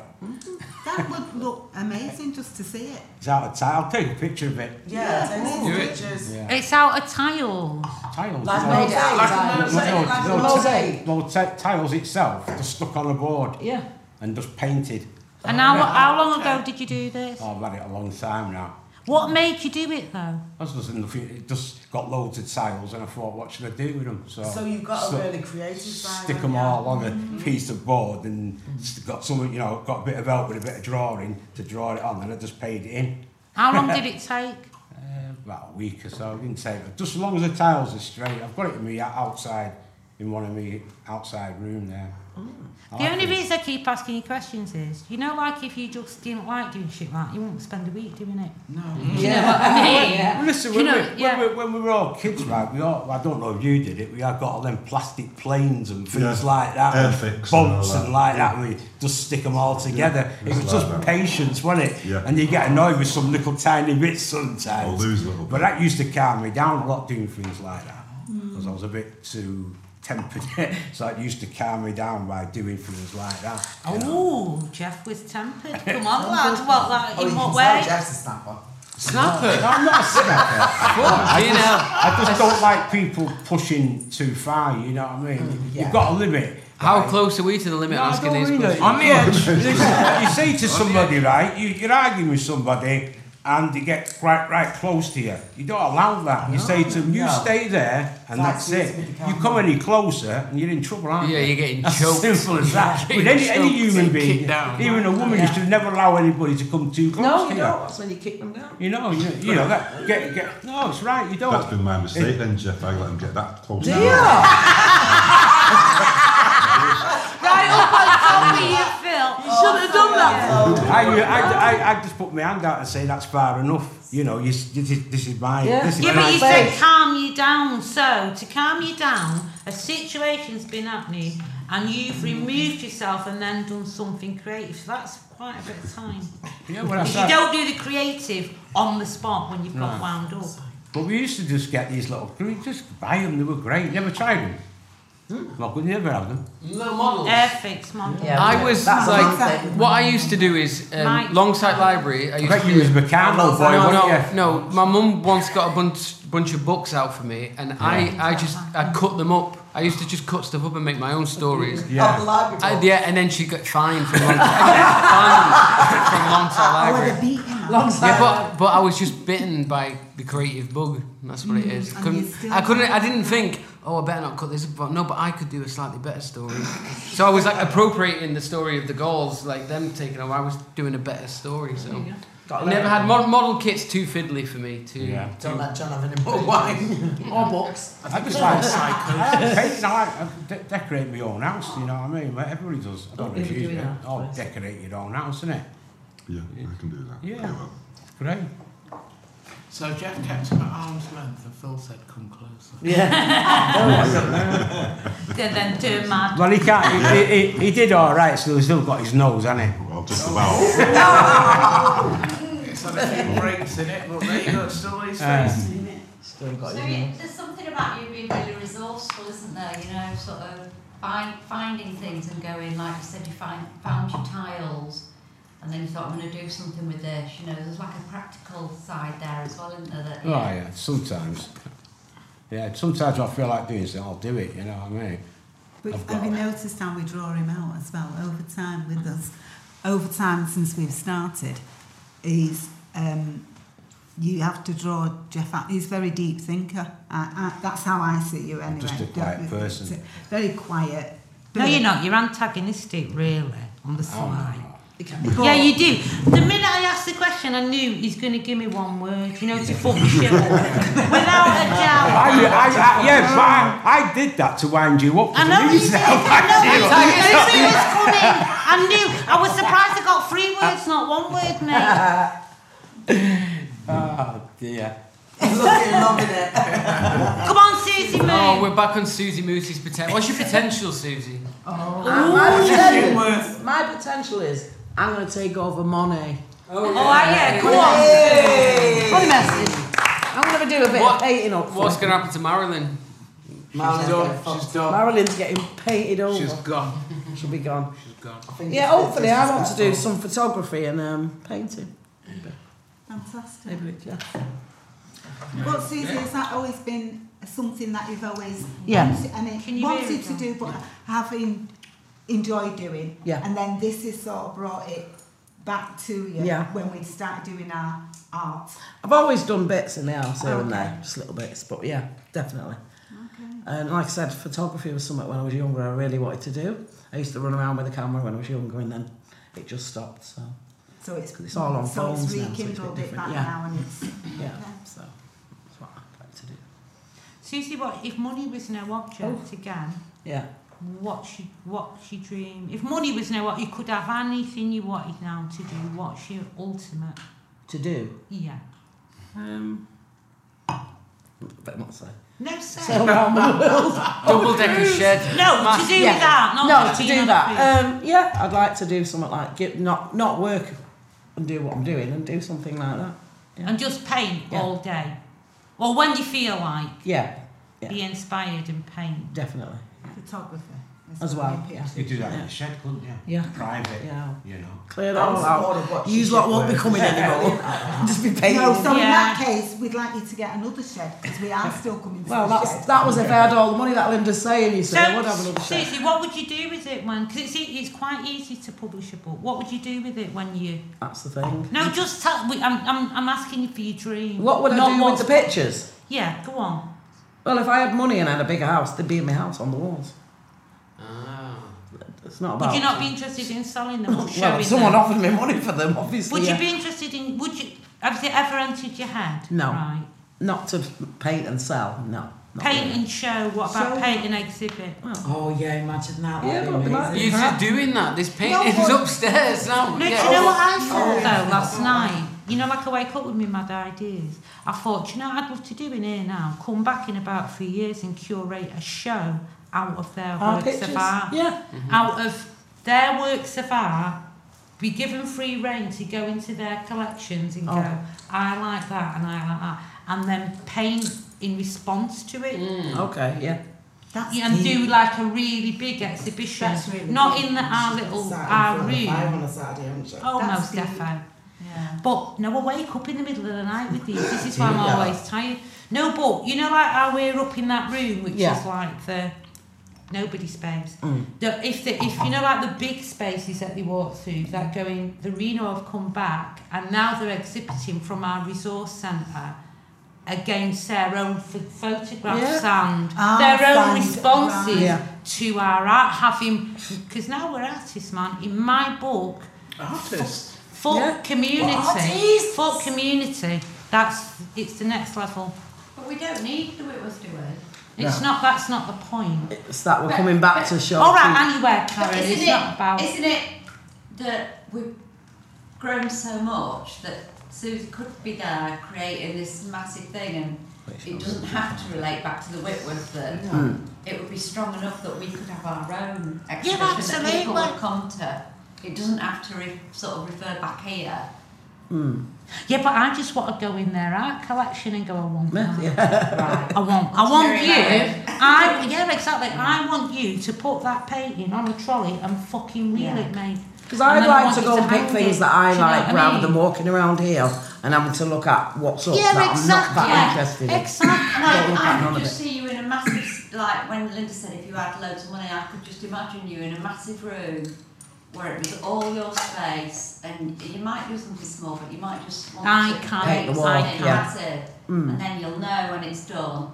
Speaker 1: That would look amazing just to see it.
Speaker 6: It's out of tile. I'll take a picture of it.
Speaker 3: Yeah, take some
Speaker 9: Do it.
Speaker 3: pictures.
Speaker 6: Yeah,
Speaker 4: It's out of tiles.
Speaker 6: tiles.
Speaker 3: Like
Speaker 6: no,
Speaker 3: made it out.
Speaker 6: no,
Speaker 3: Like,
Speaker 6: no,
Speaker 3: like
Speaker 6: no,
Speaker 3: a mosaic.
Speaker 6: no, ti- tiles itself just stuck on a board
Speaker 3: Yeah.
Speaker 6: and just painted.
Speaker 4: And how, how long ago did you do this?
Speaker 6: Oh, I've had it a long time now.
Speaker 4: What made you do it, though?
Speaker 6: I was just in the fe- it just got loads of tiles and I thought, what should I do with them? So,
Speaker 3: So you've got a
Speaker 6: so
Speaker 3: really creative side.
Speaker 6: stick them
Speaker 3: haven't you?
Speaker 6: all on
Speaker 3: Mm-hmm.
Speaker 6: a piece of board and s- got some, you know, got a bit of help with a bit of drawing to draw it on and I just paid it in.
Speaker 4: How long did it take?
Speaker 6: Uh, about a week or so, didn't take it. Just as long as the tiles are straight. I've got it in me o- outside, in one of me outside room there. I
Speaker 4: Oh. The
Speaker 6: like
Speaker 4: only
Speaker 6: it.
Speaker 4: reason I keep asking you questions is, you know, like if you just didn't like doing shit like that, you wouldn't spend a week doing it.
Speaker 3: Yeah.
Speaker 6: Mm-hmm. Well, Listen,
Speaker 4: You
Speaker 6: when,
Speaker 4: know,
Speaker 6: we, when,
Speaker 4: yeah.
Speaker 6: we, when we were all kids, right, we all, I don't know if you did it, we all got all them plastic planes and things
Speaker 5: Yeah.
Speaker 6: like that. and
Speaker 5: Airfix and all
Speaker 6: Boats
Speaker 5: that.
Speaker 6: and like that, and we just stick them all together.
Speaker 5: it
Speaker 6: It
Speaker 5: was
Speaker 6: was
Speaker 5: like
Speaker 6: just
Speaker 5: that.
Speaker 6: patience, wasn't it?
Speaker 5: Yeah.
Speaker 6: And you get annoyed with some little tiny bits sometimes.
Speaker 5: Or lose a little
Speaker 6: But
Speaker 5: bit.
Speaker 6: that used to calm me down a lot doing things like that,
Speaker 4: Mm.
Speaker 6: because I was a bit too tempered. so it used to calm me down by doing things like that. you know.
Speaker 4: Oh, Jeff was tempered. Come on, lad. What, like,
Speaker 3: Oh, you
Speaker 4: in
Speaker 3: can
Speaker 4: what
Speaker 3: tell
Speaker 4: way?
Speaker 3: Jeff's a snapper.
Speaker 9: Snapper.
Speaker 6: I'm not a snapper.
Speaker 9: Fucking hell.
Speaker 6: I just don't like people pushing too far, you know what I
Speaker 4: Mm,
Speaker 6: mean?
Speaker 3: yeah.
Speaker 6: You've got a limit.
Speaker 9: How
Speaker 6: right?
Speaker 9: close are we to the limit?
Speaker 6: No, I
Speaker 9: asking
Speaker 6: don't
Speaker 9: these
Speaker 6: mean that.
Speaker 9: questions.
Speaker 2: On the edge.
Speaker 6: you say to somebody, right, you, you're arguing with somebody and they get quite right close to you. You don't allow that. You say to them, you
Speaker 3: No.
Speaker 6: stay there and
Speaker 3: Like
Speaker 6: that's
Speaker 3: this
Speaker 6: it.
Speaker 3: with the
Speaker 6: You come any closer and you're in trouble, aren't you?
Speaker 9: Yeah, you're getting
Speaker 6: That's
Speaker 9: choked.
Speaker 6: simple as that.
Speaker 9: You're
Speaker 6: With any,
Speaker 9: getting
Speaker 6: any
Speaker 9: choked
Speaker 6: human
Speaker 9: and
Speaker 6: being,
Speaker 9: kicked down.
Speaker 6: even a woman, you should never allow anybody to come too close
Speaker 3: No,
Speaker 6: to
Speaker 3: you
Speaker 6: you.
Speaker 3: don't. That's when you kick them down.
Speaker 6: You know, you, you know that. Get, get, no, Oh, it's right. You don't.
Speaker 5: That's been my mistake then, Jeff. I let him get that close.
Speaker 3: Do
Speaker 5: now.
Speaker 3: you?
Speaker 4: Right up on top of
Speaker 3: Oh,
Speaker 4: you, Phil.
Speaker 3: You shouldn't have done that. though.
Speaker 6: I, I, I, I just put my hand out and say that's fair enough. You know, you, s- this is this is my.
Speaker 3: Yeah.
Speaker 6: This is
Speaker 4: Yeah,
Speaker 6: my
Speaker 4: but you
Speaker 3: Right.
Speaker 4: said calm you down. So, to calm you down, a situation's been happening and you've removed yourself and then done something creative. So that's quite a bit of time.
Speaker 6: yeah, when I
Speaker 4: Because you
Speaker 6: said,
Speaker 4: don't do the creative on the spot when you've got wound up.
Speaker 6: But we used to just get these little, we just buy them, they were great. Never tried them. Well, we never have them.
Speaker 9: Little models.
Speaker 4: Airfix model.
Speaker 3: Yeah.
Speaker 9: I was
Speaker 3: That's
Speaker 9: like,
Speaker 3: one thing.
Speaker 9: what I used to do is
Speaker 4: Mike.
Speaker 9: um, Longside Library. I
Speaker 6: I
Speaker 9: used
Speaker 6: bet
Speaker 9: to
Speaker 6: you was
Speaker 9: do,
Speaker 6: Meccano boy,
Speaker 9: no,
Speaker 6: weren't
Speaker 9: no,
Speaker 6: you?
Speaker 9: no. My mum once got a bunch bunch of books out for me, and I, I just I cut them up. I used to just cut stuff up and make my own stories.
Speaker 3: Yeah. the
Speaker 6: Yeah.
Speaker 3: library.
Speaker 9: I,
Speaker 3: book.
Speaker 9: yeah, and then she got fined from Longside, fined from Longside
Speaker 1: Oh,
Speaker 9: Library.
Speaker 1: well, they beat him. up.
Speaker 3: Long
Speaker 9: Yeah,
Speaker 3: time.
Speaker 9: but but I was just bitten by the creative bug. That's what it
Speaker 4: Mm,
Speaker 9: is.
Speaker 1: and
Speaker 9: Couldn't,
Speaker 1: you still-
Speaker 9: I couldn't. I didn't think. Oh, I better not cut this. But no, but I could do a slightly better story. so I was like appropriating the story of the Gauls, like them taking over. I was doing a better story. So I never had mod- model kits too fiddly for me. Too.
Speaker 6: Yeah.
Speaker 3: Don't let John have any more wine or books.
Speaker 6: I just like, I like painting, I like I de- decorate my own house, you know what I mean? Like Everybody does. I don't
Speaker 3: People
Speaker 6: really
Speaker 3: do
Speaker 6: use it.
Speaker 3: that,
Speaker 6: Oh,
Speaker 3: yes.
Speaker 6: decorate your own house, innit?
Speaker 5: Yeah, I can do that.
Speaker 6: Yeah.
Speaker 5: well.
Speaker 6: Great.
Speaker 2: So Jeff kept him at arm's length, and Phil said, "Come closer."
Speaker 3: Yeah.
Speaker 6: Oh,
Speaker 4: They're then doing mad.
Speaker 6: Well, he can't, he, he, he did all right, so he's still got his nose, hasn't he?
Speaker 5: Well, just about.
Speaker 2: It's had a few breaks in it, but there you go. It's still his face.
Speaker 6: Um,
Speaker 3: Still got
Speaker 10: So
Speaker 3: his
Speaker 10: yeah,
Speaker 3: nose.
Speaker 10: there's something about you being really resourceful, isn't there? You know, sort of find, finding things and going, like you said, you find, found your tiles and then you thought, I'm going to do something with this. You know, there's like a practical side there as well, isn't there? That,
Speaker 6: oh, yeah, sometimes. Yeah, sometimes I feel like doing something, I'll do it, you know what I mean?
Speaker 1: But
Speaker 6: I've
Speaker 1: have you
Speaker 6: got-
Speaker 1: noticed how we draw him out as well over time with us? Over time since we've started, is um, you have to draw Jeff out. He's a very deep thinker. I, I, that's how I see you anyway.
Speaker 6: Just a
Speaker 1: Don't
Speaker 6: quiet
Speaker 1: you-
Speaker 6: person.
Speaker 1: Very quiet.
Speaker 4: No, you're not. You're antagonistic, really, on
Speaker 6: Oh,
Speaker 4: the sly.
Speaker 1: But-
Speaker 4: Yeah, you do. The minute I asked the question, I knew he's going to give me one word, you know, to fuck shit up. Without a doubt.
Speaker 6: I, I, I, yeah, but I, I did that to wind you up.
Speaker 4: I
Speaker 6: 'cause
Speaker 4: know
Speaker 6: knew
Speaker 4: you
Speaker 6: you'd
Speaker 4: did.
Speaker 6: have
Speaker 4: I know you
Speaker 6: ideas.
Speaker 4: did. I knew it was coming. I knew. I was surprised I got three words, not one word, mate.
Speaker 6: Oh, dear.
Speaker 3: Looking, loving it.
Speaker 4: Come on, Susie
Speaker 9: Oh,
Speaker 4: Moo.
Speaker 9: we're back on Susie Moosey's potential. What's your potential, Susie?
Speaker 1: Oh.
Speaker 4: Oh.
Speaker 3: My potential, my potential is I'm going to take over Monet.
Speaker 4: Oh, yeah, come on.
Speaker 3: What a message. I'm going to do a bit
Speaker 9: What-
Speaker 3: of painting up.
Speaker 9: What's going to happen to Marilyn?
Speaker 3: Marilyn's
Speaker 2: done,
Speaker 3: getting fucked.
Speaker 2: she's done.
Speaker 3: Marilyn's getting painted over.
Speaker 2: She's gone.
Speaker 3: She'll be gone.
Speaker 2: She's gone.
Speaker 3: Yeah, hopefully I want to do some photography and um, painting.
Speaker 1: Fantastic.
Speaker 3: Maybe yeah.
Speaker 1: But Susie, has that always been something that you've always
Speaker 3: Yeah.
Speaker 1: wanted, I mean,
Speaker 4: Can you hear
Speaker 1: wanted
Speaker 4: it,
Speaker 1: to
Speaker 4: John?
Speaker 1: do, but having enjoyed doing?
Speaker 3: Yeah.
Speaker 1: And then this has sort of brought it back to you
Speaker 3: Yeah.
Speaker 1: when we started doing our art.
Speaker 3: I've always done bits in the house here and
Speaker 1: Okay.
Speaker 3: there, just little bits, but yeah, definitely. And like I said, photography was something when I was younger I really wanted to do. I used to run around with a camera when I was younger and then it just stopped, so
Speaker 1: So it's,
Speaker 3: It's all on
Speaker 1: so
Speaker 3: phones now,
Speaker 1: it's
Speaker 3: so it's a bit
Speaker 1: rekindled it
Speaker 3: different,
Speaker 1: back
Speaker 3: yeah.
Speaker 1: now and it's
Speaker 3: yeah.
Speaker 1: Okay.
Speaker 3: So that's what I'd like to do.
Speaker 4: Susie, what if money was no object again?
Speaker 3: Oh. Yeah.
Speaker 4: What's your, what's your dream? If money was no what you could have anything you wanted now to do, what's your ultimate?
Speaker 3: To do.
Speaker 4: Yeah.
Speaker 3: Um better not say.
Speaker 4: No sense.
Speaker 3: So um, around the world.
Speaker 9: Double decker shed.
Speaker 4: No, to do
Speaker 3: Yeah.
Speaker 4: with that, not
Speaker 3: no,
Speaker 4: just
Speaker 3: to
Speaker 4: being
Speaker 3: do
Speaker 4: on
Speaker 3: that. Um, yeah, I'd like to do something like give, not not work and do what I'm doing and do something like that.
Speaker 4: food and just paint
Speaker 3: Yeah.
Speaker 4: all day. Or when you feel like,
Speaker 3: Yeah, Yeah.
Speaker 4: be inspired and paint.
Speaker 3: definitely.
Speaker 1: photographer
Speaker 3: As well, yeah.
Speaker 6: You could do that in the shed, couldn't you?
Speaker 3: Yeah.
Speaker 6: Private,
Speaker 3: Yeah.
Speaker 6: you know.
Speaker 3: Clear that
Speaker 2: I'm
Speaker 3: all out.
Speaker 2: supportive what she
Speaker 3: Use lot
Speaker 2: did
Speaker 3: won't be
Speaker 2: with.
Speaker 3: coming anymore. Just be painting.
Speaker 1: No, so in
Speaker 4: Yeah.
Speaker 1: that case, we'd like you to get another shed because we are still coming to
Speaker 3: well,
Speaker 1: the
Speaker 3: that's
Speaker 1: shed.
Speaker 3: that was if I had all the money that Linda's saying. You
Speaker 4: So,
Speaker 3: said I would have another shed.
Speaker 4: seriously, what would you do with it when? Because it's, e- it's quite easy to publish a book. What would you do with it when you?
Speaker 3: That's the thing.
Speaker 4: No, just tell. we- I'm, I'm, I'm asking you for your dream.
Speaker 3: Mm. What would I
Speaker 4: Not
Speaker 3: do
Speaker 4: what's-
Speaker 3: with the pictures?
Speaker 4: Yeah, go on.
Speaker 3: Well, if I had money and had a bigger house, they'd be in my house on the walls.
Speaker 9: Ah.
Speaker 3: It's not about.
Speaker 4: Would you not be interested in selling them or showing
Speaker 3: well, if someone
Speaker 4: them?
Speaker 3: offered me money for them, obviously.
Speaker 4: Would
Speaker 3: yeah.
Speaker 4: you be interested in? Would you? Has it ever entered your head?
Speaker 3: No.
Speaker 4: Right.
Speaker 3: Not to paint and sell. No. not
Speaker 4: Paint
Speaker 3: really.
Speaker 4: and show. What about
Speaker 1: Show.
Speaker 4: paint and exhibit?
Speaker 3: Oh yeah, imagine that. Yeah,
Speaker 6: that'd be
Speaker 3: but
Speaker 6: amazing.
Speaker 3: imagine
Speaker 9: You're just doing that. This painting's
Speaker 1: but-
Speaker 9: upstairs now.
Speaker 4: No, do you know what I thought though Oh, last night? You know, like I wake up with my mad ideas. I thought, do you know what I'd love to do in here now? Come back in about three years and curate a show out of their
Speaker 3: Our
Speaker 4: works
Speaker 3: pictures.
Speaker 4: of art.
Speaker 3: Yeah.
Speaker 9: Mm-hmm.
Speaker 4: Out of their works of art, be given free reign to go into their collections and
Speaker 3: Oh.
Speaker 4: go, I like that and I like that. and then paint in response to it.
Speaker 9: Mm.
Speaker 3: Okay, yeah.
Speaker 1: That's
Speaker 4: Yeah, and
Speaker 1: deep.
Speaker 4: do like a really big exhibition,
Speaker 8: That's really
Speaker 4: not
Speaker 8: good.
Speaker 4: in the, our little
Speaker 8: Sat in
Speaker 4: our
Speaker 8: front of the
Speaker 4: room.
Speaker 8: fire on a Saturday, haven't you?
Speaker 4: Oh,
Speaker 1: That's
Speaker 4: most
Speaker 1: the-
Speaker 4: defo.
Speaker 8: Yeah.
Speaker 4: But no, I wake up in the middle of the night with these. This is why I'm
Speaker 3: Yeah.
Speaker 4: always tired. No, but you know, like how we're up in that room, which
Speaker 3: Yeah.
Speaker 4: is like the nobody space. The, if the, if you know, like the big spaces that they walk through, that going the Reno have come back, and now they're exhibiting from our resource centre against their own ph photographs and
Speaker 1: Ah,
Speaker 4: their own
Speaker 1: fine.
Speaker 4: responses
Speaker 3: Yeah.
Speaker 4: to our art. Having because now we're artists, man. In my book.
Speaker 2: Artist.
Speaker 4: Folk
Speaker 3: Yeah.
Speaker 4: community. Folk community. That's it's the next level.
Speaker 10: But we don't need the Whitworth, do we?
Speaker 4: It's
Speaker 3: Yeah.
Speaker 4: not. That's not the point.
Speaker 3: It's that we're coming back to show.
Speaker 4: All right, anywhere, Karen.
Speaker 10: But
Speaker 4: It's
Speaker 10: isn't,
Speaker 4: not
Speaker 10: it,
Speaker 4: about.
Speaker 10: isn't it that we've grown so much that Suze could be there creating this massive thing and it doesn't have to relate back to the Whitworth that it would be strong enough that we could have our own exhibition that people
Speaker 4: absolutely.
Speaker 10: would come to. It doesn't have to re- sort of refer back here.
Speaker 3: Hmm.
Speaker 4: Yeah, but I just want to go in their art collection and go. I want that.
Speaker 10: Right.
Speaker 4: I want. I want
Speaker 10: Very
Speaker 4: you.
Speaker 10: loud.
Speaker 4: I yeah, exactly. I want you to put that painting on a trolley and fucking wheel
Speaker 10: Yeah.
Speaker 4: it, mate.
Speaker 3: Because I'd
Speaker 4: And I
Speaker 3: like
Speaker 4: want
Speaker 3: to
Speaker 4: you
Speaker 3: go
Speaker 4: to
Speaker 3: and pick
Speaker 4: hang
Speaker 3: things
Speaker 4: it.
Speaker 3: that I
Speaker 4: Do you know
Speaker 3: like
Speaker 4: what I
Speaker 3: rather
Speaker 4: mean?
Speaker 3: than walking around here and having to look at what's up
Speaker 4: Yeah,
Speaker 3: that
Speaker 4: exactly.
Speaker 3: I'm not that interested in.
Speaker 4: Exactly.
Speaker 10: I,
Speaker 3: look at
Speaker 10: I
Speaker 3: none
Speaker 10: could
Speaker 3: of
Speaker 10: just see you in a massive, like when Linda said if you had loads of money, I could just imagine you in a massive room where it was all your space and you might do something small, but you might just want
Speaker 4: I
Speaker 10: to
Speaker 4: can't,
Speaker 10: create
Speaker 3: I
Speaker 10: something
Speaker 3: can't.
Speaker 10: massive
Speaker 3: Hmm.
Speaker 10: and then you'll know when it's done.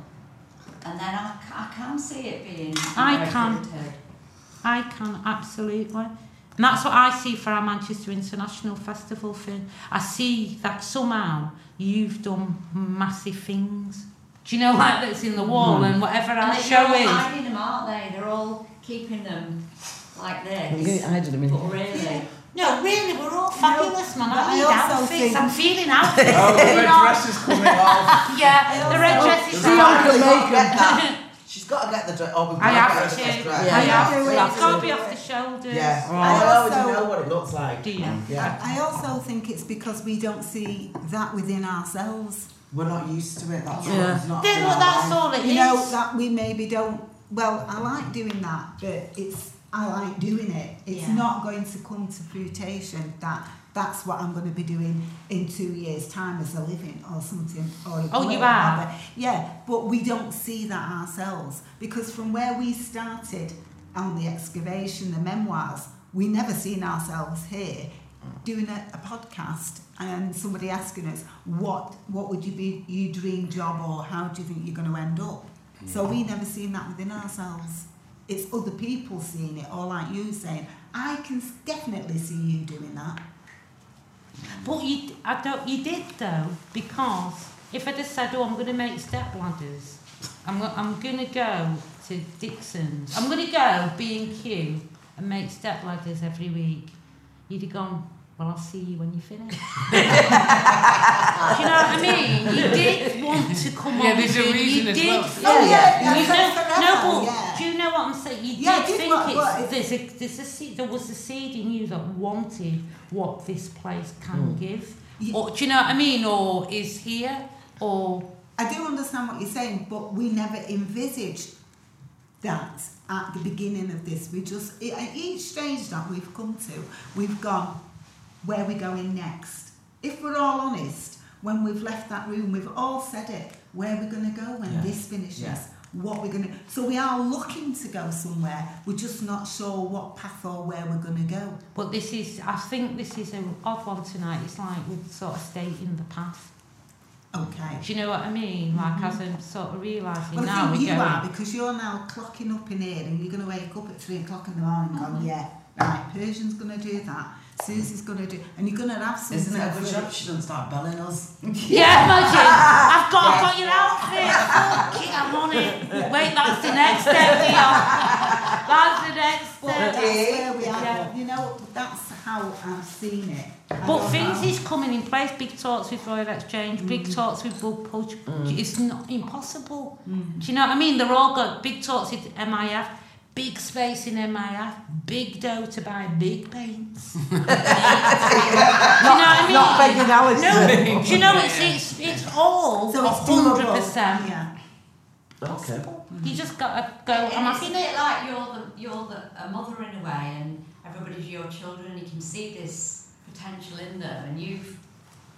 Speaker 10: And then I, c- I can see it being.
Speaker 4: I can't.
Speaker 10: inherited.
Speaker 4: I can absolutely. And that's what I see for our Manchester International Festival thing. I see that somehow you've done massive things. Do you know like that's in the wall and whatever
Speaker 10: And
Speaker 4: our
Speaker 10: they're
Speaker 4: show
Speaker 10: all
Speaker 4: is?
Speaker 10: hiding them, aren't they? They're all keeping them like this.
Speaker 3: Yeah, I did a
Speaker 10: But
Speaker 3: minute.
Speaker 10: really,
Speaker 4: No, really, we're all fabulous, man.
Speaker 1: but
Speaker 4: I
Speaker 1: I
Speaker 4: need
Speaker 1: also
Speaker 4: outfits.
Speaker 1: think-
Speaker 4: I'm feeling outfits.
Speaker 2: Oh, the
Speaker 4: you
Speaker 2: red
Speaker 4: know.
Speaker 2: dress is coming off.
Speaker 4: Yeah, the red dress is
Speaker 8: She's got
Speaker 4: out.
Speaker 8: to get that. She's got to get the dress. Oh, we've
Speaker 4: I
Speaker 8: got
Speaker 4: have
Speaker 8: the
Speaker 4: to.
Speaker 8: dress.
Speaker 4: I
Speaker 8: Yeah,
Speaker 4: have
Speaker 8: yeah,
Speaker 4: to.
Speaker 8: we have
Speaker 4: It's got to
Speaker 8: to.
Speaker 4: be off the shoulders.
Speaker 8: Yeah.
Speaker 1: I
Speaker 8: I already
Speaker 1: also-
Speaker 8: know what it looks like.
Speaker 4: Do you?
Speaker 8: Yeah.
Speaker 1: I also think it's because we don't see that within ourselves.
Speaker 8: We're not used to it. That's
Speaker 3: Yeah.
Speaker 8: all. It's not
Speaker 4: Then
Speaker 8: been
Speaker 4: well,
Speaker 8: our
Speaker 4: that's
Speaker 8: life.
Speaker 4: all it is.
Speaker 1: You know, that we maybe don't. Well, I like doing that, but it's. I like doing it. It's
Speaker 10: Yeah.
Speaker 1: not going to come to fruition that that's what I'm going to be doing in two years' time as a living or something. Or a
Speaker 4: Oh, you
Speaker 1: career,
Speaker 4: are?
Speaker 1: whatever. Yeah, but we don't see that ourselves because from where we started on the excavation, the memoirs, we never seen ourselves here doing a, a podcast and somebody asking us what what would you be your dream job or how do you think you're going to end up. So we never seen that within ourselves. It's other people seeing it, or like you saying, I can s- definitely see you doing that.
Speaker 4: But you, I don't, you did though, because if I would have said, oh, I'm going to make step ladders, I'm, go- I'm going to go to Dixon's, I'm going to go B&Q and make step ladders every week, you'd have gone, well, I'll see you when you finish. Do you know what I mean? You did want to come
Speaker 9: Yeah,
Speaker 4: on
Speaker 9: there's
Speaker 4: with
Speaker 9: a
Speaker 4: it,
Speaker 9: reason
Speaker 4: you
Speaker 9: as
Speaker 4: did
Speaker 9: well.
Speaker 1: Oh, yeah,
Speaker 4: you
Speaker 1: that's
Speaker 4: know,
Speaker 1: forever,
Speaker 4: no, but
Speaker 1: yeah.
Speaker 4: do you know what I'm saying? You
Speaker 1: Yeah, I
Speaker 4: did
Speaker 1: did
Speaker 4: think
Speaker 1: what-
Speaker 4: it's,
Speaker 1: what-
Speaker 4: there's a there's a seed, there was a seed in you that wanted what this place can give,
Speaker 1: Ye-
Speaker 4: or do you know what I mean, or is here, or
Speaker 1: I do understand what you're saying, but we never envisaged that at the beginning of this. We just, e- at each stage that we've come to, we've gone, where are we going next? If we're all honest, when we've left that room, we've all said it, where are we going to go when
Speaker 3: Yeah.
Speaker 1: this finishes?
Speaker 3: Yeah.
Speaker 1: What we're going to, so we are looking to go somewhere, we're just not sure what path or where we're going to go.
Speaker 4: but this is I think this is an odd one tonight. It's like we're sort of stating the past.
Speaker 1: Okay. Mm-hmm.
Speaker 4: Do you know what I mean? Like as I'm sort of realising
Speaker 1: Well, I
Speaker 4: now we're
Speaker 1: think you
Speaker 4: going.
Speaker 1: are because you're now clocking up in here and you're going to wake up at three o'clock in the morning and
Speaker 8: Mm-hmm.
Speaker 1: go, yeah, right, Persian's going to do that, Susie's going to do, and you're going to have something.
Speaker 8: Isn't it a good
Speaker 1: for-
Speaker 8: job she doesn't start belling us?
Speaker 4: Yeah, imagine. I've got, I've got your outfit. Fuck it, I'm on it. Wait, that's the next step, Leon. That's the next
Speaker 1: But
Speaker 4: step.
Speaker 1: that's where we are. um,
Speaker 4: Yeah.
Speaker 1: You know, that's how I've seen it. I
Speaker 4: But
Speaker 1: don't
Speaker 4: things
Speaker 1: know.
Speaker 4: is coming in place. Big talks with Royal Exchange, big talks with Bull Pudge. It's not impossible. Do you know what I mean? They're all got big talks with MIF, Big space in MIF, big dough to buy big paints. Big paints. you know what I mean?
Speaker 3: Not begging Alice
Speaker 4: No,
Speaker 3: to-
Speaker 4: do you know it's it's it's all
Speaker 8: So it's
Speaker 4: hundred
Speaker 8: doable.
Speaker 4: percent.
Speaker 1: Yeah.
Speaker 3: Okay.
Speaker 4: You just gotta go. I'm
Speaker 10: and
Speaker 4: asking
Speaker 10: isn't it like you're the you're the a mother in a way, and everybody's your children, and you can see this potential in them, and you've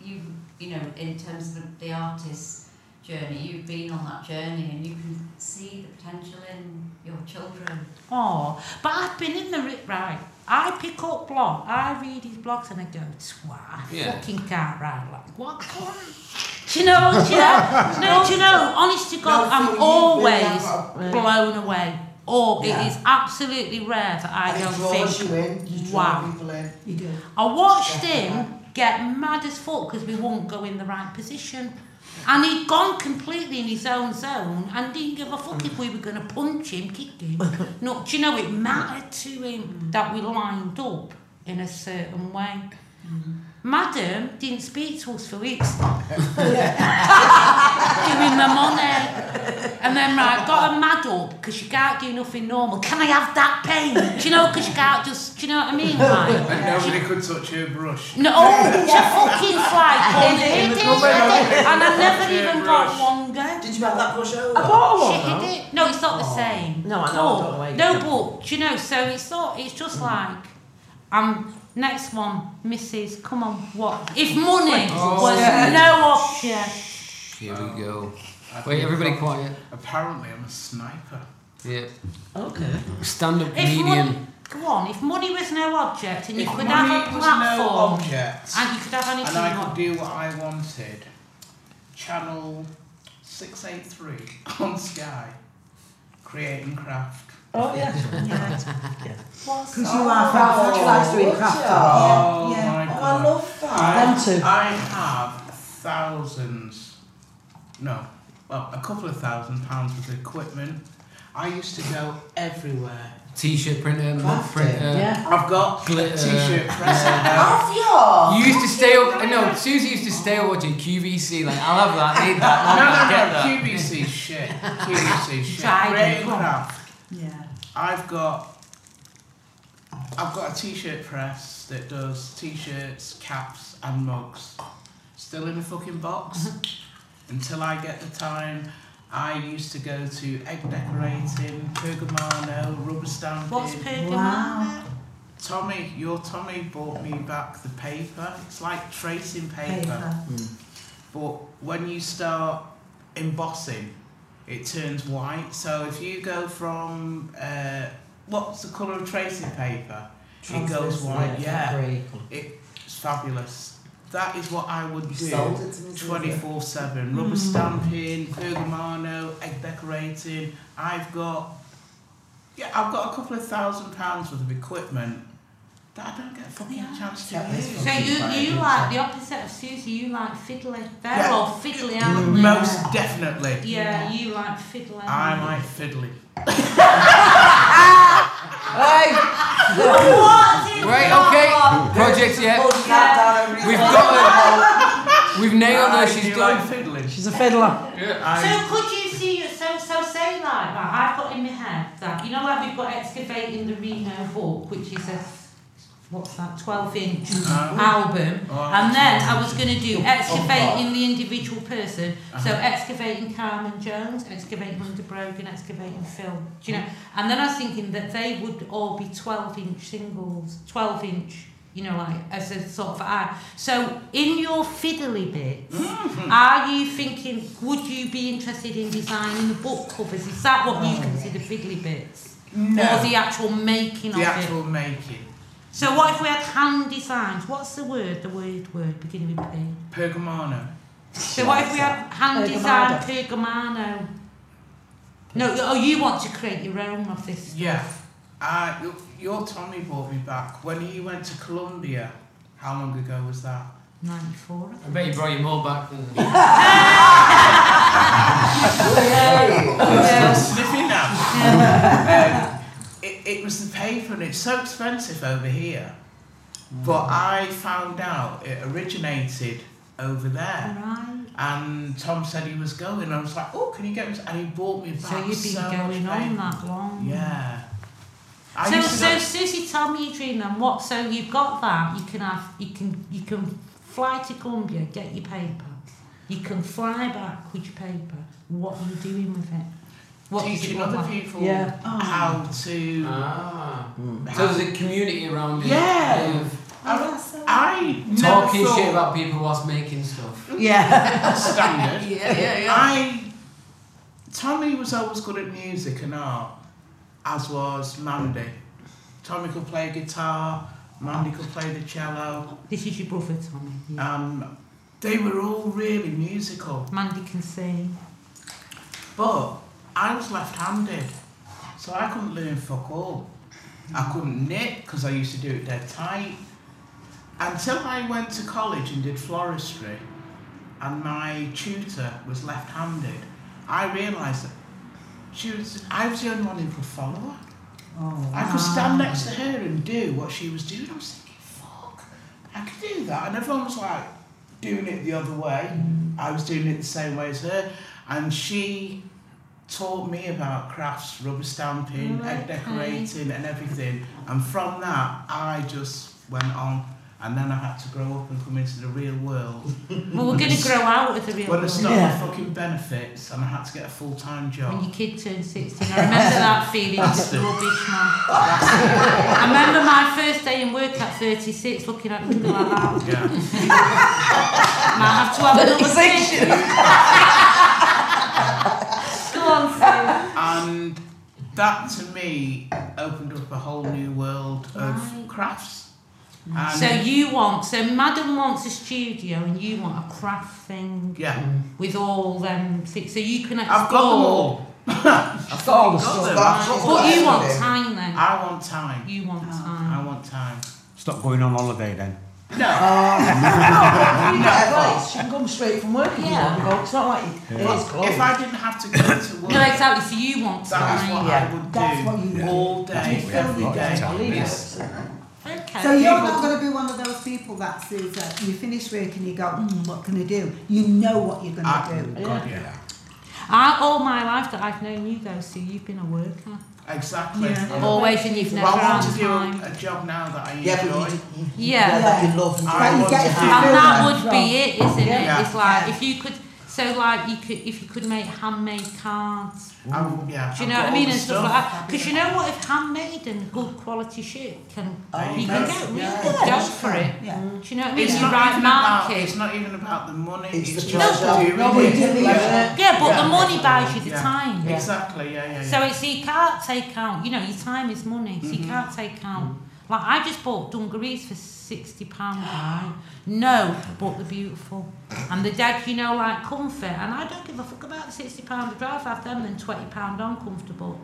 Speaker 10: you've you know in terms of the, the artist's journey, you've been on that journey, and you can see the potential in your children.
Speaker 4: Oh, but I've been in the ri- right. I pick up blog. I read his blogs and I go, "Twat, I
Speaker 9: Yeah.
Speaker 4: fucking can't write like what cunt." Do you know? Do you know? no, do you know? Honest to
Speaker 8: No,
Speaker 4: God,
Speaker 8: so
Speaker 4: I'm
Speaker 8: you've
Speaker 4: always
Speaker 8: been-
Speaker 4: blown away. Or
Speaker 8: Yeah.
Speaker 4: it is absolutely rare that I
Speaker 8: it
Speaker 4: don't
Speaker 8: draws
Speaker 4: think.
Speaker 8: you in. You draw
Speaker 4: wow.
Speaker 8: people in.
Speaker 1: You do.
Speaker 4: I watched
Speaker 8: Definitely.
Speaker 4: him get mad as fuck because we won't go in the right position. And he'd gone completely in his own zone and didn't give a fuck if we were going to punch him, kick him. No, do you know, it mattered to him that we lined up in a certain way. Madam didn't speak to us for weeks. Giving my money. And then, right, got her mad up because you can't do nothing normal. Can I have that pain? Do you know, because you can't just, do you know what I mean? Like,
Speaker 9: And nobody could touch her brush.
Speaker 4: No, oh, it's a fucking flight on the hit it, and I never even got one go.
Speaker 8: Did you have that brush over?
Speaker 3: I bought
Speaker 4: She
Speaker 3: one though.
Speaker 4: hit it. No, it's not the same.
Speaker 3: No, I know, I don't like
Speaker 4: No,
Speaker 3: it.
Speaker 4: but do you know? So it's not. It's just like, um, next one, Mrs. Come on, what? If money
Speaker 9: Oh,
Speaker 4: was
Speaker 9: yeah.
Speaker 4: no option,
Speaker 9: Here we go.
Speaker 2: I
Speaker 9: Wait,
Speaker 2: think
Speaker 9: everybody
Speaker 2: I'm-
Speaker 9: quiet.
Speaker 2: Apparently, I'm a sniper.
Speaker 9: Yeah.
Speaker 3: Okay.
Speaker 9: Stand up
Speaker 4: if money,
Speaker 9: comedian.
Speaker 4: come on, if money was no object, and you
Speaker 2: If
Speaker 4: could
Speaker 2: money
Speaker 4: have a
Speaker 2: was
Speaker 4: platform,
Speaker 2: no object,
Speaker 4: and you could have
Speaker 2: and
Speaker 4: anything you
Speaker 2: I could
Speaker 4: want.
Speaker 2: do what I wanted, channel 683 on Sky, creating craft.
Speaker 3: Oh yeah.
Speaker 1: Because you are proud.
Speaker 8: you like doing craft art?
Speaker 2: Oh
Speaker 1: yeah.
Speaker 2: my
Speaker 8: Oh, I
Speaker 2: god.
Speaker 8: love that.
Speaker 2: I,
Speaker 3: Them too.
Speaker 2: I have thousands, no, well, a couple of thousand pounds worth of equipment. I used to go everywhere.
Speaker 9: T-shirt printer, mug
Speaker 8: Crafting,
Speaker 9: printer.
Speaker 3: yeah.
Speaker 2: I've got
Speaker 9: Glitter.
Speaker 2: a t-shirt
Speaker 9: Uh,
Speaker 2: press at home.
Speaker 8: Have you?
Speaker 9: You used to stay up. No, Susie used to stay up watching QVC. Like, I'll have that. Need that.
Speaker 2: No,
Speaker 9: I'll get that.
Speaker 2: no, no, QBC shit. QBC shit.
Speaker 4: Tried
Speaker 2: Creating
Speaker 4: and wrong.
Speaker 2: craft.
Speaker 1: Yeah.
Speaker 2: I've got. I've got a t-shirt press that does t-shirts, caps, and mugs. Still in a fucking box. Until I get the time. I used to go to egg decorating, Pergamano, rubber stamping.
Speaker 4: What's Pergamon?
Speaker 1: Wow.
Speaker 2: Tommy, your Tommy bought me back the paper. It's like tracing paper.
Speaker 1: Paper.
Speaker 2: But when you start embossing, it turns white. So if you go from uh, what's the colour of tracing paper? It goes white. Yeah, it's fabulous. That is what I would
Speaker 8: You
Speaker 2: do.
Speaker 8: sold it to me. Mm. Susan.
Speaker 2: 24 7. Rubber stamping, Pergamano, egg decorating. I've got, yeah, I've got a couple of thousand pounds worth of equipment that I don't get a fucking
Speaker 4: Yeah.
Speaker 2: chance to
Speaker 8: Yeah,
Speaker 2: use.
Speaker 4: So you, you like the opposite of Susie, you like fiddly. They're
Speaker 2: Yeah. Mm,
Speaker 4: all fiddly, aren't they?
Speaker 2: Most definitely.
Speaker 4: Yeah, you like fiddly.
Speaker 2: I might fiddly.
Speaker 9: Hey, right, okay. Project yet?
Speaker 8: Push that down every
Speaker 9: We've
Speaker 8: time.
Speaker 9: got her. We've nailed
Speaker 2: I
Speaker 9: her. She's
Speaker 2: do
Speaker 9: done.
Speaker 2: like fiddling.
Speaker 3: She's a fiddler.
Speaker 2: I,
Speaker 4: So could you see yourself, so say like, right, I've got in my head that, you know like we've got excavating the Reno Hawk, which is a, what's that, 12 inch album.
Speaker 2: Uh, oh,
Speaker 4: And then I was going to do excavating the individual person,
Speaker 2: Uh-huh.
Speaker 4: so excavating Carmen Jones, excavating Linda Brogan, excavating Phil, do you know? And then I was thinking that they would all be 12 inch singles, 12 inch, you know, like as a sort of eye. So in your fiddly bits,
Speaker 2: Mm-hmm.
Speaker 4: are you thinking, would you be interested in designing the book covers? Is that what you consider fiddly bits? Or
Speaker 2: no,
Speaker 4: the actual making
Speaker 2: the
Speaker 4: of it?
Speaker 2: actual making.
Speaker 4: So what if we had hand designs? What's the word? The word word beginning with E? P.
Speaker 2: Pergamano.
Speaker 4: So what if we had hand design pergamano? No, oh, you want to create your own of this?
Speaker 2: Yeah. Uh, your, your Tommy brought me back. When he went to Colombia, how long ago was that?
Speaker 4: Ninety-four.
Speaker 9: I bet you brought your mole back. didn't you?
Speaker 2: Still sniffing now. um, it, it was the paper, and it's so expensive over here.
Speaker 4: Mm.
Speaker 2: But I found out it originated over there.
Speaker 4: Right.
Speaker 2: And Tom said he was going. I was like, oh, can you get me? s-" And he bought me back.
Speaker 4: So you'd been
Speaker 2: so much
Speaker 4: going on
Speaker 2: paper.
Speaker 4: that long.
Speaker 2: Yeah. I
Speaker 4: so,
Speaker 2: used to
Speaker 4: so
Speaker 2: go-
Speaker 4: Susie, tell me your dream then. What? So you've got that. You can have. You can. You can fly to Colombia, get your paper. You can fly back with your paper. What are you doing with it? What does it
Speaker 2: teaching
Speaker 4: look
Speaker 2: other
Speaker 4: like?
Speaker 2: people
Speaker 3: Yeah.
Speaker 2: how to.
Speaker 9: Ah. So there's a community around it.
Speaker 2: Yeah.
Speaker 9: of
Speaker 1: Oh, that's so
Speaker 2: I never
Speaker 9: Talking
Speaker 2: thought
Speaker 9: shit about people whilst making stuff.
Speaker 3: Yeah.
Speaker 2: standard.
Speaker 9: Yeah, yeah, yeah.
Speaker 2: I Tommy was always good at music and art, as was Mandy. Tommy could play guitar, Mandy could play the cello.
Speaker 4: This is your brother, Tommy. Yeah.
Speaker 2: Um, they were all really musical,
Speaker 4: Mandy can sing.
Speaker 2: but I was left-handed, so I couldn't learn fuck all. I couldn't knit because I used to do it dead tight. Until I went to college and did floristry, and my tutor was left-handed, I realised that she was. I was the only one who could follow her.
Speaker 1: Oh,
Speaker 2: I could stand
Speaker 4: Ah.
Speaker 2: next to her and do what she was doing. I was thinking, fuck, I could do that. And everyone was like doing it the other way. I was doing it the same way as her. And she taught me about crafts, rubber stamping,
Speaker 4: Right,
Speaker 2: egg decorating, and everything. And from that, I just went on. And then I had to grow up and come into the real world.
Speaker 4: Well, we're going to grow out of the real
Speaker 2: When I
Speaker 4: world.
Speaker 2: started
Speaker 3: Yeah.
Speaker 2: fucking benefits and I had to get a full time
Speaker 4: When
Speaker 2: job.
Speaker 4: your kid turned 16, I remember that feeling just rubbish, man. I remember my first day in work at 36 looking at people like that.
Speaker 2: Yeah.
Speaker 4: Might have to have another kid. Go on, Sue.
Speaker 2: And that to me opened up a whole new world
Speaker 4: Right. Mm-hmm.
Speaker 2: of crafts. And
Speaker 4: So you want, so Madam wants a studio and you want a craft thing
Speaker 2: yeah,
Speaker 4: with all them things. So you can explore.
Speaker 2: I've got them all. I've
Speaker 3: all the
Speaker 2: got them.
Speaker 8: stuff. She's
Speaker 4: But you
Speaker 8: got
Speaker 4: want
Speaker 8: everything.
Speaker 4: time then.
Speaker 2: I want time. Oh.
Speaker 4: You want
Speaker 2: I
Speaker 4: time.
Speaker 2: want time.
Speaker 6: Stop going on holiday then.
Speaker 2: No,
Speaker 3: You get advice. You can come straight from work if you
Speaker 4: Yeah.
Speaker 3: want. Go. It's not like it is close.
Speaker 2: if I didn't have to go to work,
Speaker 4: No, exactly. So you want
Speaker 2: that is what
Speaker 4: time.
Speaker 2: I would
Speaker 1: That's
Speaker 2: do
Speaker 1: what you want.
Speaker 2: all day,
Speaker 6: We have
Speaker 2: every
Speaker 6: lots of
Speaker 2: day.
Speaker 6: time.
Speaker 3: Yes.
Speaker 4: Okay.
Speaker 1: So you're not going to be one of those people that says that you finish work and you go, mm, what can I do? You know what you're going to
Speaker 2: I,
Speaker 1: do.
Speaker 2: Ah, God, yeah.
Speaker 4: I, all my life that I've known you, though, Sue, you've been a worker.
Speaker 2: Exactly.
Speaker 1: Yeah.
Speaker 4: Always, and you've
Speaker 2: Well,
Speaker 4: never
Speaker 2: I
Speaker 4: had
Speaker 2: want to do
Speaker 4: time.
Speaker 2: a, a job now that I enjoy.
Speaker 8: Yeah, but you, did- you, you
Speaker 4: Yeah.
Speaker 8: yeah. that you love.
Speaker 2: I
Speaker 8: and you
Speaker 2: want
Speaker 8: want
Speaker 2: to
Speaker 8: to
Speaker 2: have-
Speaker 8: have.
Speaker 4: And
Speaker 1: feel
Speaker 4: that
Speaker 1: that
Speaker 4: would be it, isn't it?
Speaker 2: Yeah.
Speaker 4: It's like
Speaker 1: Yeah.
Speaker 4: if you could, so like you could, if you could make handmade cards.
Speaker 2: I would- yeah,
Speaker 4: Do
Speaker 2: I've
Speaker 4: you know what
Speaker 2: got
Speaker 4: I mean?
Speaker 2: all the
Speaker 4: And stuff like
Speaker 2: stuff.
Speaker 4: that. Because you know what, if handmade and good quality shit can,
Speaker 2: There
Speaker 4: Oh, you
Speaker 2: you go.
Speaker 4: can get really
Speaker 8: Yeah.
Speaker 4: good
Speaker 1: Yeah,
Speaker 4: dough for it.
Speaker 1: Yeah.
Speaker 4: Do you know what I mean?
Speaker 2: It's
Speaker 4: you
Speaker 2: not,
Speaker 4: write
Speaker 2: even about,
Speaker 4: market.
Speaker 2: it's not even about the money.
Speaker 8: It's the
Speaker 2: just about
Speaker 8: pleasure.
Speaker 2: doing
Speaker 8: No, we
Speaker 2: it.
Speaker 8: do
Speaker 2: Pleasure.
Speaker 4: yeah, but
Speaker 2: uh, Yeah.
Speaker 4: the money buys you the
Speaker 2: Yeah.
Speaker 4: time.
Speaker 2: Exactly. Yeah, yeah, yeah.
Speaker 4: So it's you can't take out, you know, your time is money, so you can't take out. Like I just bought dungarees for sixty pounds, right? No, but they're beautiful. And the dad, you know, like comfort, and I don't give a fuck about the sixty pound. I'd rather have them than twenty pound uncomfortable,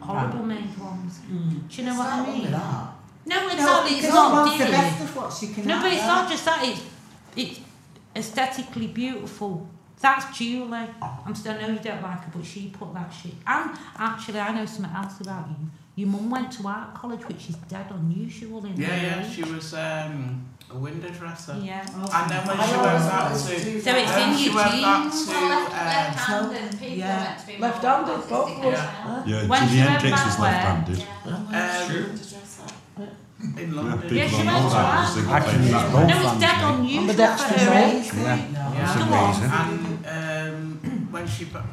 Speaker 4: horrible made ones. Do you know what I mean? No, exactly.
Speaker 1: because
Speaker 4: it's
Speaker 1: she
Speaker 4: not
Speaker 1: wants the
Speaker 4: dear.
Speaker 1: best of what she can
Speaker 4: No, but
Speaker 1: have,
Speaker 4: it's
Speaker 1: right?
Speaker 4: not just that. It's it's aesthetically beautiful. That's Julie. I'm still, I know you don't like her, but she put that shit. And actually, I know something else about you. Your mum went to art college, which is dead unusual in
Speaker 2: Yeah,
Speaker 4: her
Speaker 2: yeah,
Speaker 4: age.
Speaker 2: she was um, a window dresser.
Speaker 4: Yeah.
Speaker 2: And then when
Speaker 8: I
Speaker 2: she
Speaker 8: always
Speaker 2: went back to,
Speaker 8: wanted to do
Speaker 4: So
Speaker 8: that.
Speaker 4: it's
Speaker 2: then
Speaker 4: in
Speaker 2: she
Speaker 4: your
Speaker 2: went back
Speaker 4: genes.
Speaker 2: to,
Speaker 10: Well, left,
Speaker 2: uh,
Speaker 10: left-handed people
Speaker 1: Yeah.
Speaker 10: are meant to
Speaker 3: Left-handed, but
Speaker 2: Yeah.
Speaker 10: be more artistic,
Speaker 5: Yeah,
Speaker 4: When she
Speaker 5: Jimmy
Speaker 4: went
Speaker 5: Hendrix
Speaker 4: back
Speaker 5: was
Speaker 4: where-
Speaker 5: left-handed.
Speaker 2: um, in
Speaker 5: Yeah,
Speaker 2: London.
Speaker 5: people
Speaker 4: Yeah, she
Speaker 5: don't
Speaker 4: went
Speaker 5: know
Speaker 4: to
Speaker 5: that.
Speaker 4: art.
Speaker 5: They think
Speaker 6: Actually,
Speaker 5: they-
Speaker 6: it's
Speaker 5: that-
Speaker 6: both.
Speaker 4: No, it's dead
Speaker 6: Fancy.
Speaker 4: unusual
Speaker 3: the
Speaker 4: for
Speaker 3: Dexter's
Speaker 4: her
Speaker 3: age.
Speaker 4: age.
Speaker 6: Yeah.
Speaker 2: Yeah.
Speaker 6: It's
Speaker 4: Come
Speaker 6: amazing.
Speaker 2: And um, when she, ba-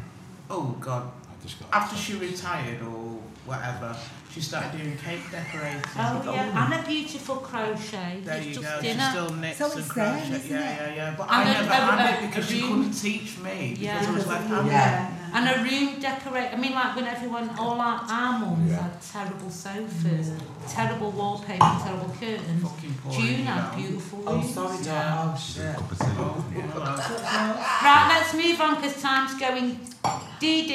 Speaker 2: oh God,
Speaker 6: I've just got-
Speaker 2: after she retired or whatever, she started doing cake decorating.
Speaker 4: Oh yeah, and a beautiful crochet.
Speaker 2: There
Speaker 4: it's
Speaker 2: you
Speaker 4: just
Speaker 2: go. She
Speaker 4: dinner.
Speaker 2: still knits
Speaker 1: So
Speaker 2: and
Speaker 1: it's there,
Speaker 2: crochet.
Speaker 1: isn't
Speaker 2: Yeah,
Speaker 1: it?
Speaker 2: yeah, yeah. But
Speaker 4: And
Speaker 2: I
Speaker 4: a-
Speaker 2: never
Speaker 4: a-
Speaker 2: had
Speaker 4: a-
Speaker 2: it because
Speaker 4: a
Speaker 2: she
Speaker 4: room.
Speaker 2: couldn't teach me
Speaker 4: Yeah.
Speaker 2: because I was "Ah." left-handed.
Speaker 8: Yeah.
Speaker 4: And a room decorate. I mean, like when everyone, all our, our mums had terrible sofas, terrible wallpaper, terrible curtains.
Speaker 2: Fucking poor.
Speaker 4: June
Speaker 2: you
Speaker 4: had
Speaker 2: know.
Speaker 4: beautiful
Speaker 8: Oh,
Speaker 4: rooms.
Speaker 8: sorry,
Speaker 2: Yeah.
Speaker 8: darling. Oh, shit.
Speaker 5: Cup of tea.
Speaker 2: Oh, hello.
Speaker 4: Right, let's move on because time's going. DD,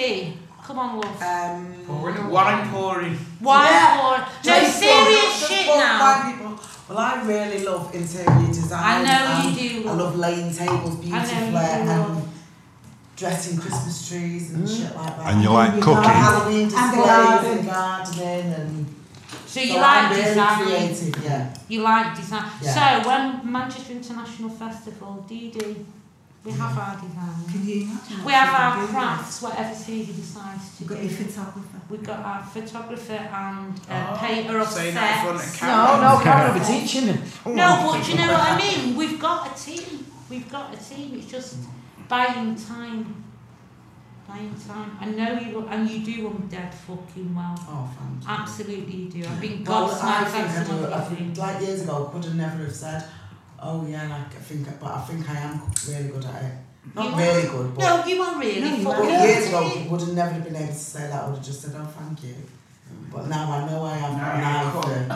Speaker 4: come on, love.
Speaker 8: Um,
Speaker 2: Wine pouring.
Speaker 4: Why?
Speaker 8: yeah.
Speaker 4: No,
Speaker 8: just
Speaker 4: serious
Speaker 8: fuck-
Speaker 4: shit
Speaker 8: fuck
Speaker 4: now.
Speaker 8: my people. Well, I really love interior design.
Speaker 4: I know
Speaker 8: and
Speaker 4: you do,
Speaker 8: I love laying tables beautifully
Speaker 4: love.
Speaker 8: and dressing Christmas trees and
Speaker 4: Mm-hmm.
Speaker 8: shit like that.
Speaker 5: And you like
Speaker 1: Doing
Speaker 5: cooking.
Speaker 1: that.
Speaker 8: Halloween
Speaker 1: And the
Speaker 8: displays and gardening and
Speaker 4: So you
Speaker 8: so
Speaker 4: like
Speaker 8: I'm really
Speaker 4: design.
Speaker 8: creative, yeah.
Speaker 4: You like design.
Speaker 8: Yeah.
Speaker 4: So when Manchester International Festival, DD, We have our design.
Speaker 1: Can you imagine
Speaker 4: We
Speaker 1: what
Speaker 4: have
Speaker 1: people
Speaker 4: our
Speaker 1: do?
Speaker 4: crafts, whatever Susie decides to
Speaker 1: We've got
Speaker 4: do.
Speaker 1: your photographer.
Speaker 4: We've got our photographer and uh,
Speaker 2: Oh,
Speaker 4: painter of
Speaker 2: saying that in front of
Speaker 4: sets.
Speaker 2: camera.
Speaker 3: No, no, Karen will be teaching him.
Speaker 4: No, but do you know what I mean? We've got a team. We've got a team. It's just buying time. Buying time. I know you, and you do them dead fucking well.
Speaker 2: Oh, fantastic.
Speaker 4: Absolutely you do. I've been
Speaker 8: Well, I
Speaker 4: gobsmacked
Speaker 8: think
Speaker 4: at
Speaker 8: I
Speaker 4: some
Speaker 8: do. I
Speaker 4: of
Speaker 8: think,
Speaker 4: these
Speaker 8: like years ago, I could have never have said, "Oh yeah, like I think," but I think I am really good at it. Not
Speaker 4: You-
Speaker 8: really good, but
Speaker 4: No, you are really
Speaker 1: No, you
Speaker 4: fucking
Speaker 8: but years ago
Speaker 4: good.
Speaker 8: would have never have been able to say that. I would have just said, "Oh, thank you." But now I know I am.
Speaker 2: Now
Speaker 8: and
Speaker 2: you're
Speaker 8: I
Speaker 2: cool.
Speaker 8: feel-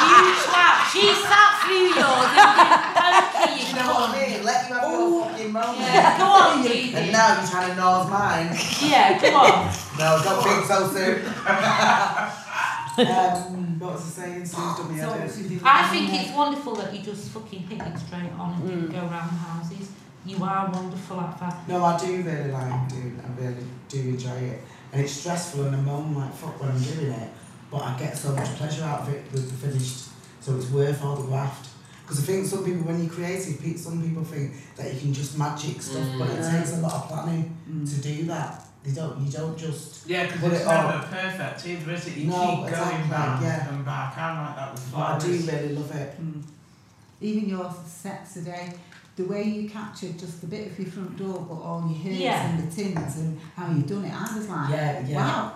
Speaker 4: You twat. She sat through yours and didn't poke you,
Speaker 8: You
Speaker 4: you
Speaker 8: know what I
Speaker 4: cunt.
Speaker 8: mean? Let you have your fucking moment.
Speaker 4: Yeah, go on,
Speaker 8: And
Speaker 4: Judy.
Speaker 8: now you're trying to nose mine.
Speaker 4: Yeah, go on.
Speaker 8: No, don't think so soon. um, what was I saying? Sue's done me a bit.
Speaker 4: I think it's wonderful that you just fucking hit it straight on and didn't go round houses. You are wonderful at that.
Speaker 8: No, I do really like doing. I really do enjoy it, and it's stressful, and I'm on like fuck when I'm doing it, but I get so much pleasure out of it with the finished, so it's worth all the graft. Because I think some people, when you're creative, pe- some people think that you can just magic stuff, but
Speaker 2: Mm.
Speaker 8: it takes a lot of planning
Speaker 4: Mm.
Speaker 8: to do that. They don't. You don't just.
Speaker 2: Yeah, because
Speaker 8: Put
Speaker 2: it's
Speaker 8: it
Speaker 2: never
Speaker 8: on.
Speaker 2: perfect either, is it? You
Speaker 8: No,
Speaker 2: keep going
Speaker 8: exactly,
Speaker 2: back
Speaker 8: yeah.
Speaker 2: and Mm. back. I'm like that with
Speaker 8: But I
Speaker 2: flowers.
Speaker 8: do really love it.
Speaker 1: Even your set today, the way you captured just a bit of your front door, but all your herbs
Speaker 4: Yeah.
Speaker 1: and the tins and how you done it, I was like,
Speaker 8: Yeah, yeah.
Speaker 1: wow.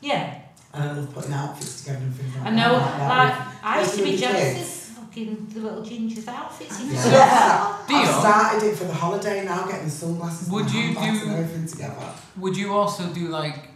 Speaker 4: Yeah,
Speaker 8: And I love putting outfits together and things like
Speaker 4: I know.
Speaker 8: that.
Speaker 4: Like, I used to be
Speaker 8: Yes,
Speaker 4: jealous of fucking the little ginger's outfits. It was
Speaker 8: Yeah. I
Speaker 9: Dion?
Speaker 8: started it for the holiday now, getting the sunglasses
Speaker 9: Would
Speaker 8: and the
Speaker 9: you
Speaker 8: handbags
Speaker 9: do-
Speaker 8: and everything together.
Speaker 9: Would you also do like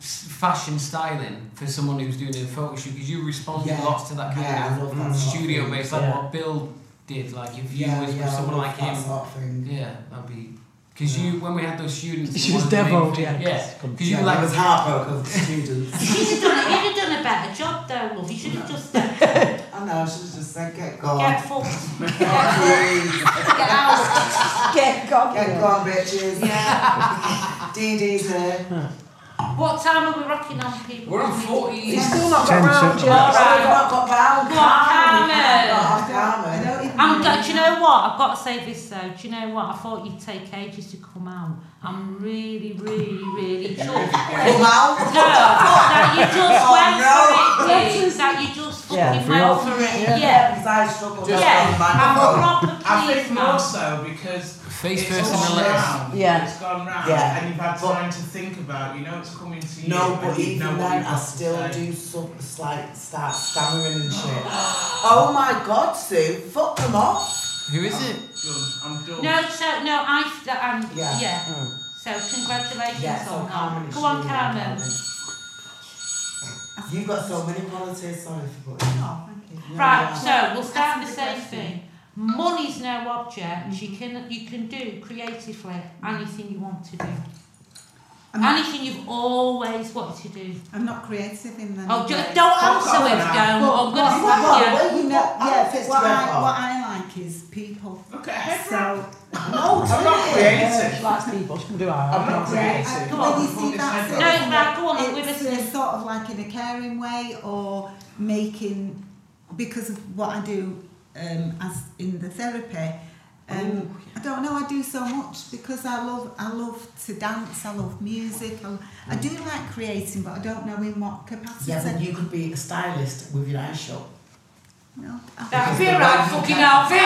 Speaker 9: s- fashion styling for someone who's doing a photo shoot? Because you responded
Speaker 8: Yeah.
Speaker 9: lots to that kind
Speaker 8: Yeah, I love that
Speaker 9: of
Speaker 8: sort of
Speaker 9: studio
Speaker 8: thing.
Speaker 9: based, like
Speaker 8: Yeah.
Speaker 9: what Bill did. Like if you
Speaker 8: Yeah,
Speaker 9: was
Speaker 8: yeah,
Speaker 9: with someone
Speaker 8: love
Speaker 9: like
Speaker 8: that
Speaker 9: him,
Speaker 8: sort of thing.
Speaker 9: yeah, that'd be. Because you, when we had those students,
Speaker 3: She
Speaker 9: you
Speaker 3: was
Speaker 9: wanted to
Speaker 3: deviled,
Speaker 9: make-
Speaker 3: yeah.
Speaker 9: yeah. Because
Speaker 8: yeah,
Speaker 9: you
Speaker 8: I
Speaker 9: like
Speaker 8: was heartbroken with the students.
Speaker 4: You'd have done, you'd have done a better job though, love. You should have just said,
Speaker 8: I know, I should have just said, get gone.
Speaker 4: get fucked. Get
Speaker 8: Get
Speaker 4: fucked.
Speaker 8: free.
Speaker 4: Get out.
Speaker 1: Get gone.
Speaker 8: Get gone, bitches.
Speaker 4: Yeah.
Speaker 8: Dee Dee's here.
Speaker 4: What time are we rocking on, people?
Speaker 9: we're on forty.
Speaker 3: He's still not got
Speaker 7: Ten
Speaker 3: round
Speaker 8: Oh,
Speaker 3: yet.
Speaker 4: seconds.
Speaker 8: I've not got Val.
Speaker 4: Go
Speaker 8: Carmen.
Speaker 4: on,
Speaker 8: Oh,
Speaker 4: Carmen.
Speaker 1: I
Speaker 8: Carmen.
Speaker 1: don't even
Speaker 4: I'm
Speaker 1: know.
Speaker 4: go- do you know what? I've got to say this though. Do you know what? I thought you'd take ages to come out. I'm really, really, really chuffed.
Speaker 8: Come out.
Speaker 4: No, that you just
Speaker 8: Oh,
Speaker 4: went
Speaker 8: no.
Speaker 4: for it, dude. That you just fucking
Speaker 3: Yeah, for
Speaker 4: went
Speaker 3: your-
Speaker 4: for it.
Speaker 3: yeah.
Speaker 4: Yeah.
Speaker 8: Because I struggle
Speaker 4: Yeah.
Speaker 8: with that microphone.
Speaker 4: I'm proper
Speaker 2: I
Speaker 4: pleased,
Speaker 2: think
Speaker 4: man.
Speaker 2: more so because
Speaker 9: Face
Speaker 2: it's
Speaker 9: first in
Speaker 2: all
Speaker 9: the list.
Speaker 2: round.
Speaker 3: Yeah.
Speaker 2: It's gone round
Speaker 8: Yeah.
Speaker 2: and you've had
Speaker 8: But-
Speaker 2: time to think about. You know it's coming to you.
Speaker 8: No,
Speaker 2: and
Speaker 8: but
Speaker 2: you
Speaker 8: even
Speaker 2: know what
Speaker 8: then,
Speaker 2: you've got
Speaker 8: I
Speaker 2: to
Speaker 8: still
Speaker 2: say.
Speaker 8: do some slight start stammering and shit. oh my god, Sue, fuck them off.
Speaker 9: Who is it?
Speaker 2: Done. I'm done.
Speaker 4: No, so no, I that I'm yeah.
Speaker 8: Yeah.
Speaker 1: Hmm.
Speaker 4: So congratulations
Speaker 8: Yeah, so
Speaker 4: on
Speaker 8: Carmen
Speaker 4: that.
Speaker 8: is
Speaker 4: Go on,
Speaker 8: really
Speaker 4: Carmen.
Speaker 8: You've got so many qualities, sorry for putting you
Speaker 1: Oh, thank you.
Speaker 4: Right,
Speaker 8: Yeah.
Speaker 4: so we'll start
Speaker 1: Ask
Speaker 4: the
Speaker 1: the
Speaker 4: same
Speaker 1: question.
Speaker 4: thing. Money's no object. You
Speaker 1: Mm-hmm.
Speaker 4: can you can do creatively anything you want to do.
Speaker 1: I'm not,
Speaker 4: Anything you've always wanted to do.
Speaker 1: I'm not creative in them.
Speaker 4: Oh, just, don't answer
Speaker 2: off
Speaker 4: with
Speaker 2: now.
Speaker 4: no. I'm
Speaker 1: Well,
Speaker 4: gonna
Speaker 1: well, well,
Speaker 4: stop you.
Speaker 1: well, you know,
Speaker 8: I
Speaker 1: yeah,
Speaker 8: don't fit
Speaker 1: what I,
Speaker 8: together.
Speaker 1: what I like is people.
Speaker 2: Look at her.
Speaker 1: So,
Speaker 8: No,
Speaker 2: I'm not
Speaker 3: Yeah,
Speaker 2: creative.
Speaker 3: she likes people. She can do our
Speaker 2: I'm not
Speaker 8: Uh,
Speaker 2: creative.
Speaker 4: Come
Speaker 1: when
Speaker 4: on,
Speaker 1: you
Speaker 2: put
Speaker 1: see
Speaker 2: this
Speaker 1: that
Speaker 2: head
Speaker 1: sort
Speaker 4: No,
Speaker 1: of thing,
Speaker 4: no, go on, we're
Speaker 1: it's
Speaker 4: listening.
Speaker 1: uh, sort of like in a caring way or making, because of what I do um, as in the therapy, um, I don't know, I do so much because I love, I love to dance, I love music, I, I do like creating, but I don't know in what capacity.
Speaker 8: Yeah, but you could be a stylist with your eyes shut.
Speaker 1: no, I-
Speaker 4: That
Speaker 8: Because
Speaker 4: be
Speaker 8: the
Speaker 4: right
Speaker 8: man-
Speaker 4: fucking outfit.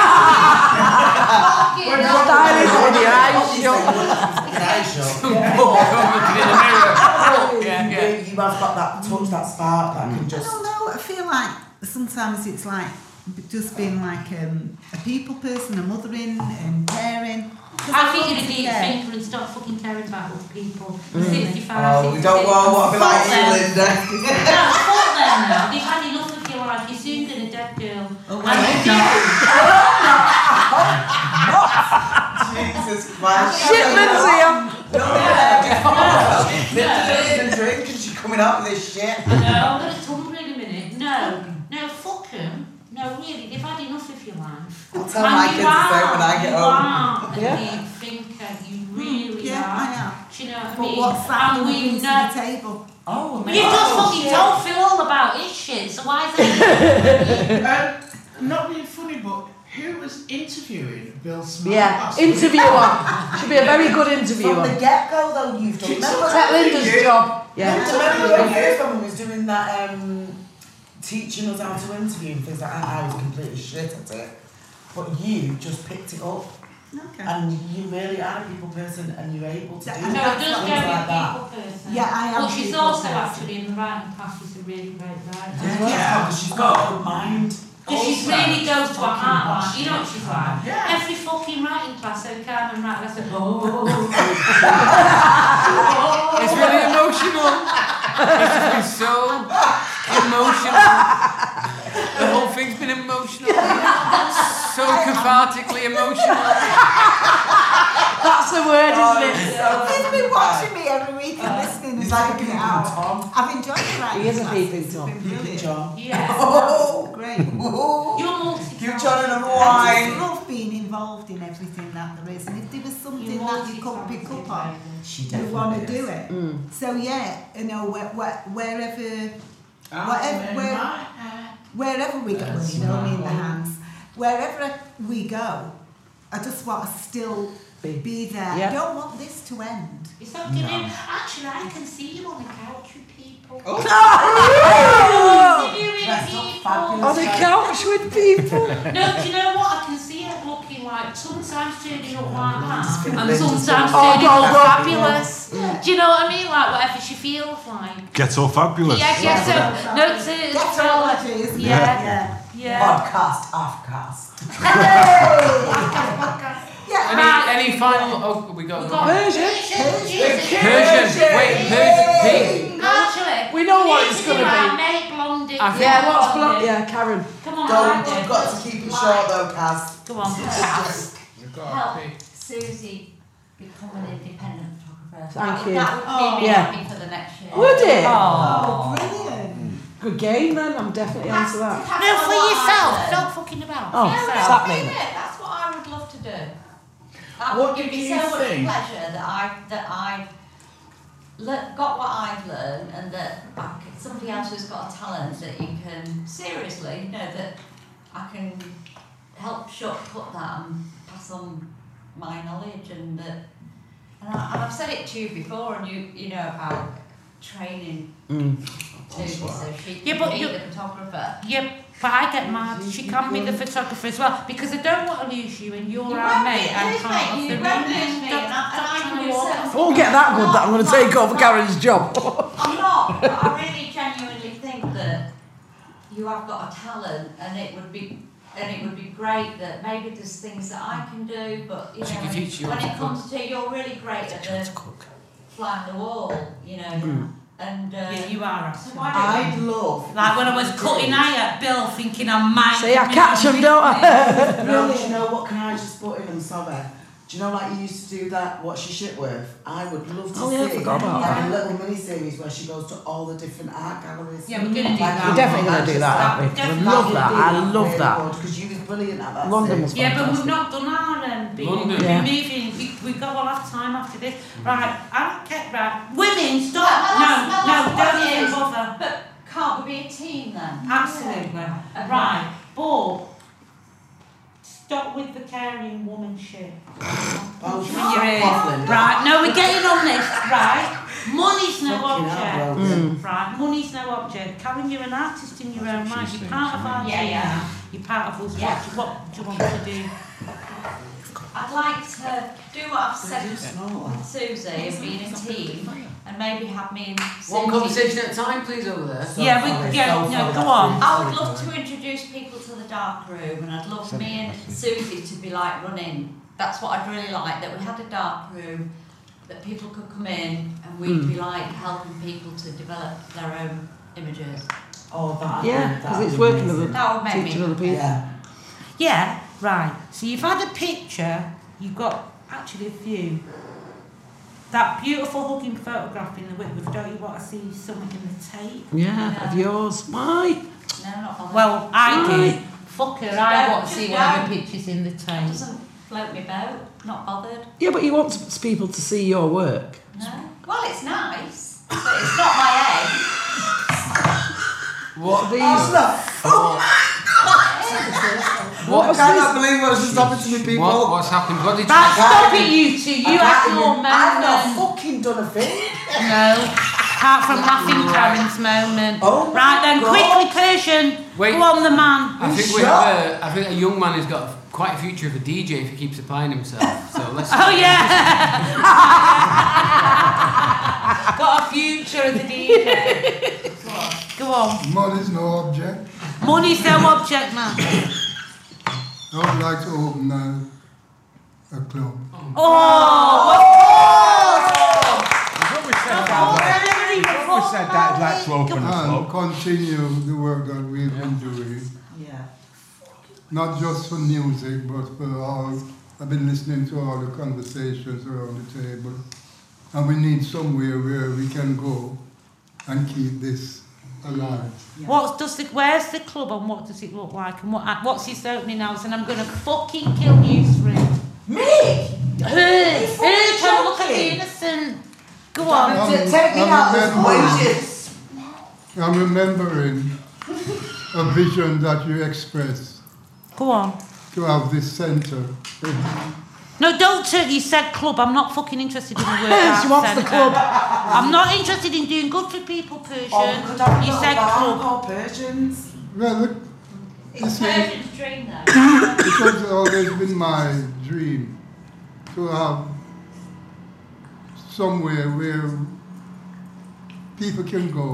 Speaker 10: We're not
Speaker 3: Stylist with your eyes
Speaker 8: Obviously,
Speaker 3: shut.
Speaker 8: you're not with your eyes shut.
Speaker 9: Yeah,
Speaker 8: You-
Speaker 9: yeah.
Speaker 8: You have got that touch, that spark that can
Speaker 1: I don't
Speaker 8: just.
Speaker 1: know. I feel like sometimes it's like b- just being like um, a people person, a mothering and caring. 'Cause
Speaker 4: I think
Speaker 1: love
Speaker 4: you're
Speaker 1: to
Speaker 4: gonna get your
Speaker 1: care.
Speaker 4: finger and start fucking caring about other people. 65,
Speaker 8: Oh, we don't
Speaker 4: 66.
Speaker 8: want what be like
Speaker 4: Fuck them.
Speaker 8: you, Linda.
Speaker 4: No, fuck them now. They've had enough of your life. You're soon gonna dead girl.
Speaker 1: Oh,
Speaker 4: And
Speaker 1: well,
Speaker 4: you
Speaker 1: no.
Speaker 4: do.
Speaker 8: Jesus Christ.
Speaker 3: Shit, Lindsay, I'm-
Speaker 8: No, no, no.
Speaker 4: No.
Speaker 8: Linda doesn't even drink and she's coming out with this shit.
Speaker 4: No, I'm gonna tumble in a minute. No, no, fuck them. No, really, they've had enough of your life.
Speaker 8: I'll tell my
Speaker 4: And
Speaker 8: kids
Speaker 4: you
Speaker 8: the same when I get
Speaker 4: you
Speaker 8: home. Mm,
Speaker 4: Are
Speaker 3: Yeah.
Speaker 4: a big thinker. You really
Speaker 1: yeah,
Speaker 4: are.
Speaker 1: I am.
Speaker 4: Do you know what I
Speaker 1: But
Speaker 4: mean?
Speaker 1: what's that
Speaker 4: and
Speaker 1: do we
Speaker 4: we
Speaker 1: bring to
Speaker 4: know.
Speaker 1: the table?
Speaker 8: Oh,
Speaker 4: You just fucking told Phil all about his shit, so why is that?
Speaker 2: Um, not being funny, but Who was interviewing Bill Smith?
Speaker 3: Yeah,
Speaker 2: last week?
Speaker 3: interviewer. Should be a very good
Speaker 8: From the
Speaker 3: interviewer.
Speaker 8: get go, though, you've done.
Speaker 2: She's
Speaker 8: Remember
Speaker 2: so
Speaker 3: That Linda's job.
Speaker 8: Yeah.
Speaker 3: Yeah.
Speaker 8: remember when first when we was doing that, um, teaching us how to interview and things like that, I was completely shit at it. But you just picked it up,
Speaker 1: Okay.
Speaker 8: and you really are a people person, and you're able to do
Speaker 1: Yeah,
Speaker 8: things
Speaker 1: I
Speaker 8: like
Speaker 1: know,
Speaker 4: No, it does go
Speaker 8: that.
Speaker 4: with people person.
Speaker 1: Yeah, I am
Speaker 4: But she's
Speaker 1: people
Speaker 4: also
Speaker 1: person.
Speaker 4: actually in the writing class, she's a really great writer.
Speaker 8: Yeah, yeah, because she's got a good mind.
Speaker 4: Because she's really goes to her
Speaker 8: fucking
Speaker 4: heart,
Speaker 8: boss.
Speaker 4: like, you know what she's like?
Speaker 8: Yeah.
Speaker 4: Every fucking writing class, every kind of writing class, like, oh.
Speaker 9: It's really emotional. It's just been so emotional. The whole thing's been emotional. So cathartically emotional.
Speaker 3: That's the word, isn't it?
Speaker 1: He's been watching me every week and listening and
Speaker 8: Uh, He's like a
Speaker 1: liking it out.
Speaker 8: peeping Tom.
Speaker 1: I've enjoyed the writing
Speaker 3: He is a
Speaker 1: class.
Speaker 3: peeping
Speaker 1: It's
Speaker 3: Tom.
Speaker 1: been
Speaker 8: Peeping
Speaker 1: brilliant.
Speaker 8: John.
Speaker 4: Yeah.
Speaker 8: Oh!
Speaker 1: Great.
Speaker 8: Ooh.
Speaker 4: You're multi
Speaker 8: Give John another
Speaker 1: I
Speaker 8: wine.
Speaker 1: just love being involved in everything that there is, and if there was something that you could pick up on,
Speaker 8: She
Speaker 1: you want to do
Speaker 8: definitely is.
Speaker 1: it. So yeah, you know, where, where, wherever,
Speaker 2: Ah,
Speaker 1: whatever,
Speaker 2: man,
Speaker 1: where,
Speaker 2: my hair.
Speaker 1: wherever we go,
Speaker 2: That's
Speaker 1: you know, I mean the
Speaker 2: right.
Speaker 1: hands, wherever I- we go, I just want to still
Speaker 3: Be-
Speaker 1: be there.
Speaker 3: yeah.
Speaker 1: I don't want this to end.
Speaker 4: It's not gonna. Actually, I can see you on the couch with people.
Speaker 2: Oh.
Speaker 4: Interviewing
Speaker 8: That's not fabulous.
Speaker 4: people.
Speaker 3: Oh! On the couch with people.
Speaker 4: No, do you know what? I can see it looking like sometimes turning up like that, and
Speaker 8: Linda's
Speaker 4: sometimes
Speaker 3: Oh,
Speaker 4: turning
Speaker 3: no,
Speaker 4: up
Speaker 3: no.
Speaker 4: fabulous. Do you know what I mean? Like whatever she feels like.
Speaker 5: Ghetto fabulous.
Speaker 4: Yeah, yeah. So no, to
Speaker 1: That's all
Speaker 4: yeah,
Speaker 1: it is.
Speaker 4: yeah,
Speaker 1: Yeah.
Speaker 4: yeah.
Speaker 8: Podcast, offcast.
Speaker 1: Yeah.
Speaker 9: Any, any final. Oh, we got.
Speaker 4: We
Speaker 9: one.
Speaker 4: got
Speaker 3: Persian.
Speaker 9: Persian. Wait, Persian. P.
Speaker 4: Actually,
Speaker 3: We know what
Speaker 4: need
Speaker 3: it's
Speaker 4: to
Speaker 3: gonna
Speaker 4: do
Speaker 3: be.
Speaker 4: our Make blondie.
Speaker 9: I think-
Speaker 3: Yeah, what's block? Yeah, Karen.
Speaker 4: Come on,
Speaker 8: Don't,
Speaker 4: Blondie.
Speaker 8: you've got to keep it short though, Cass.
Speaker 4: Come on, Cass.
Speaker 2: We've got
Speaker 10: Help
Speaker 2: a big-
Speaker 10: Susie become an independent photographer.
Speaker 3: Thank
Speaker 10: that,
Speaker 3: you.
Speaker 10: That would
Speaker 1: Oh,
Speaker 10: be me
Speaker 3: yeah.
Speaker 10: happy for the next year.
Speaker 3: Would it?
Speaker 1: Oh, brilliant.
Speaker 3: Good game then. I'm definitely onto that.
Speaker 10: That's
Speaker 4: No, for
Speaker 10: what I
Speaker 4: yourself.
Speaker 10: would-
Speaker 4: Stop fucking about.
Speaker 3: Oh,
Speaker 10: No,
Speaker 3: what's
Speaker 10: no,
Speaker 3: that
Speaker 10: mean
Speaker 3: mean?
Speaker 10: it. That's what I would love to do. That
Speaker 2: What
Speaker 10: would give
Speaker 2: did
Speaker 10: me
Speaker 2: you
Speaker 10: so
Speaker 2: think?
Speaker 10: much pleasure that I that I le- got what I've learned and that I c- somebody else who's got a talent that you can seriously, you know, that I can help shortcut that and pass on my knowledge and that. And, I, and I've said it to you before, and you you know about training
Speaker 3: Mm.
Speaker 10: Susie, so she can
Speaker 4: Yeah, but
Speaker 10: be
Speaker 4: you-
Speaker 10: the photographer.
Speaker 4: Yeah, but I get mad. She can be the photographer as well because I don't want to lose you, and you're
Speaker 10: You
Speaker 4: our
Speaker 10: won't
Speaker 4: mate
Speaker 10: lose
Speaker 4: and
Speaker 10: me,
Speaker 4: part
Speaker 10: you
Speaker 4: of the
Speaker 10: won't
Speaker 4: room.
Speaker 10: lose me, and
Speaker 4: Stop-
Speaker 10: I- and
Speaker 4: stop
Speaker 10: I
Speaker 4: trying
Speaker 10: can
Speaker 4: to
Speaker 10: do
Speaker 4: walk
Speaker 10: so.
Speaker 4: off.
Speaker 3: Won't Oh, get that good that I'm going to take over Karen's job.
Speaker 10: I'm not, but I really genuinely think that you have got a talent, and it would be, and it would be great that maybe there's things that I can do, but you
Speaker 9: She
Speaker 10: know,
Speaker 9: can teach you
Speaker 10: when
Speaker 9: how to
Speaker 10: it comes to you're really great at the
Speaker 9: cook.
Speaker 10: fly on the wall, you know,
Speaker 3: Hmm.
Speaker 10: and uh,
Speaker 4: Yeah, you are
Speaker 10: so
Speaker 4: absolutely.
Speaker 10: why don't
Speaker 8: I'd love.
Speaker 4: Like when I was cutting eye at Bill, thinking I might.
Speaker 3: See, I catch them, don't I?
Speaker 8: No, do you know what? Can I just put in? I'm sorry. Do you know like you used to do that? What's your shit worth? I would love to
Speaker 3: Oh, yeah, I
Speaker 8: see
Speaker 3: forgot about
Speaker 8: like a
Speaker 3: that.
Speaker 8: little mini series where she goes to all the different art galleries.
Speaker 4: Yeah, we're gonna do that.
Speaker 3: We're definitely going to do that, aren't we? We love that. I love that.
Speaker 8: because you was brilliant at that.
Speaker 3: London
Speaker 8: Sue.
Speaker 3: was
Speaker 4: Yeah, but we've
Speaker 3: fantastic.
Speaker 4: not done our um, big
Speaker 9: London.
Speaker 4: We're
Speaker 3: Yeah.
Speaker 4: moving. We, we've got a lot of time after this. Right, I don't care. Right, women, stop.
Speaker 10: Well, that's- well,
Speaker 4: no,
Speaker 10: that's
Speaker 4: no,
Speaker 10: what
Speaker 4: don't
Speaker 10: it
Speaker 4: even
Speaker 10: is.
Speaker 4: bother.
Speaker 10: But can't we be a team then?
Speaker 4: Absolutely.
Speaker 10: Okay.
Speaker 4: Right, but stop with the caring woman shit.
Speaker 8: Oh,
Speaker 4: When you're in. Right, no, we're getting on this. Right, money's no
Speaker 8: Fucking
Speaker 4: object.
Speaker 8: hell, bro.
Speaker 4: Right, money's no object. Karen, you're an artist in your own right. You're part of our
Speaker 10: Yeah,
Speaker 4: team.
Speaker 10: yeah.
Speaker 4: You're part of us.
Speaker 10: Yeah.
Speaker 4: What, what do you want to do?
Speaker 10: I'd like to do what I've said
Speaker 8: It's not.
Speaker 10: with Susie and being a team, and maybe have me and
Speaker 9: One
Speaker 10: Susie
Speaker 9: conversation at a time, please, over there.
Speaker 8: So
Speaker 4: Yeah, we-
Speaker 8: sorry,
Speaker 4: yeah,
Speaker 8: so
Speaker 4: no,
Speaker 8: sorry,
Speaker 4: go
Speaker 8: that's
Speaker 4: on.
Speaker 8: really
Speaker 10: I would
Speaker 8: sorry,
Speaker 10: love
Speaker 8: sorry.
Speaker 10: to introduce people to the dark room, and I'd love me and Susie to be like running. That's what I'd really like that we had a dark room that people could come in and we'd
Speaker 3: Hmm.
Speaker 10: be like helping people to develop their own images.
Speaker 8: Oh, that.
Speaker 3: Yeah,
Speaker 8: that
Speaker 3: because
Speaker 8: would
Speaker 3: it's
Speaker 8: be
Speaker 3: working with
Speaker 8: amazing.
Speaker 10: That would
Speaker 3: the
Speaker 10: make
Speaker 3: teaching
Speaker 10: me.
Speaker 3: other people.
Speaker 8: Yeah.
Speaker 4: Yeah, right. So you've had a picture, you've got actually a few. That beautiful hugging photograph in the Whitworth, don't you want to see something in the tape?
Speaker 3: Yeah, of yours. Why?
Speaker 10: No, not bothered.
Speaker 4: Well, I do.
Speaker 3: Aye.
Speaker 4: Fuck her,
Speaker 10: Just
Speaker 4: I want to
Speaker 10: don't,
Speaker 4: see
Speaker 10: just
Speaker 4: one of her
Speaker 10: don't.
Speaker 4: pictures in the
Speaker 10: It
Speaker 4: tape.
Speaker 10: doesn't float me boat. Not bothered.
Speaker 3: Yeah, but you want s- people to see your work.
Speaker 10: No. Well, it's nice, but it's not my aim.
Speaker 3: What these?
Speaker 8: Oh, no.
Speaker 9: What, What
Speaker 8: I
Speaker 9: was
Speaker 8: cannot
Speaker 9: this?
Speaker 8: believe what's just happened to me, people.
Speaker 9: What, what's happened? What did you?
Speaker 4: That's
Speaker 8: I
Speaker 4: stop
Speaker 8: can't
Speaker 4: it, you two. You
Speaker 8: I
Speaker 4: have
Speaker 8: can't
Speaker 4: your
Speaker 8: even- I've not
Speaker 4: moment.
Speaker 8: fucking done a thing.
Speaker 4: No, apart from laughing Karen's moment.
Speaker 8: Oh my
Speaker 4: right then,
Speaker 8: God.
Speaker 4: quickly, Persian.
Speaker 9: Wait.
Speaker 4: Go on, the man.
Speaker 9: I think we
Speaker 8: shut
Speaker 9: have a, I think a young man who's got a, quite a future of a DJ if he keeps applying himself. So let's.
Speaker 4: Oh yeah. Got a future as a DJ. Go on.
Speaker 7: Money's no object.
Speaker 4: Money's no object, man.
Speaker 7: I would like to open a, a club.
Speaker 4: Oh.
Speaker 6: What we said
Speaker 4: Oh,
Speaker 6: that.
Speaker 4: never even
Speaker 6: We
Speaker 4: thought
Speaker 6: said
Speaker 4: about
Speaker 6: that that's
Speaker 4: it.
Speaker 6: open.
Speaker 7: And continue the work that we've been doing.
Speaker 1: Yeah.
Speaker 7: Not just for music, but for all. I've been listening to all the conversations around the table. And we need somewhere where we can go and keep this alive.
Speaker 4: What does the where's the club and what does it look like and what uh, what's his opening hours and I'm gonna fucking kill you three.
Speaker 8: Me?
Speaker 4: Her, her trying to look at the
Speaker 8: joking.
Speaker 4: innocent. Go
Speaker 8: I'm
Speaker 4: on.
Speaker 7: Um,
Speaker 8: gonna take me
Speaker 7: um,
Speaker 8: out of
Speaker 7: um,
Speaker 8: wages.
Speaker 7: I'm remembering a vision that you expressed
Speaker 4: Go on.
Speaker 7: to have this centre.
Speaker 4: No, don't turn. You said club. I'm not fucking interested in the word. she wants the club. I'm not interested in doing good for people, Persian.
Speaker 8: Oh, we could have a
Speaker 4: you
Speaker 8: little
Speaker 4: said
Speaker 8: bar
Speaker 4: club.
Speaker 8: called Persians.
Speaker 7: Well, look,
Speaker 10: It's
Speaker 7: Yeah.
Speaker 10: Persian's dream though.
Speaker 7: it has always been my dream to have somewhere where people can go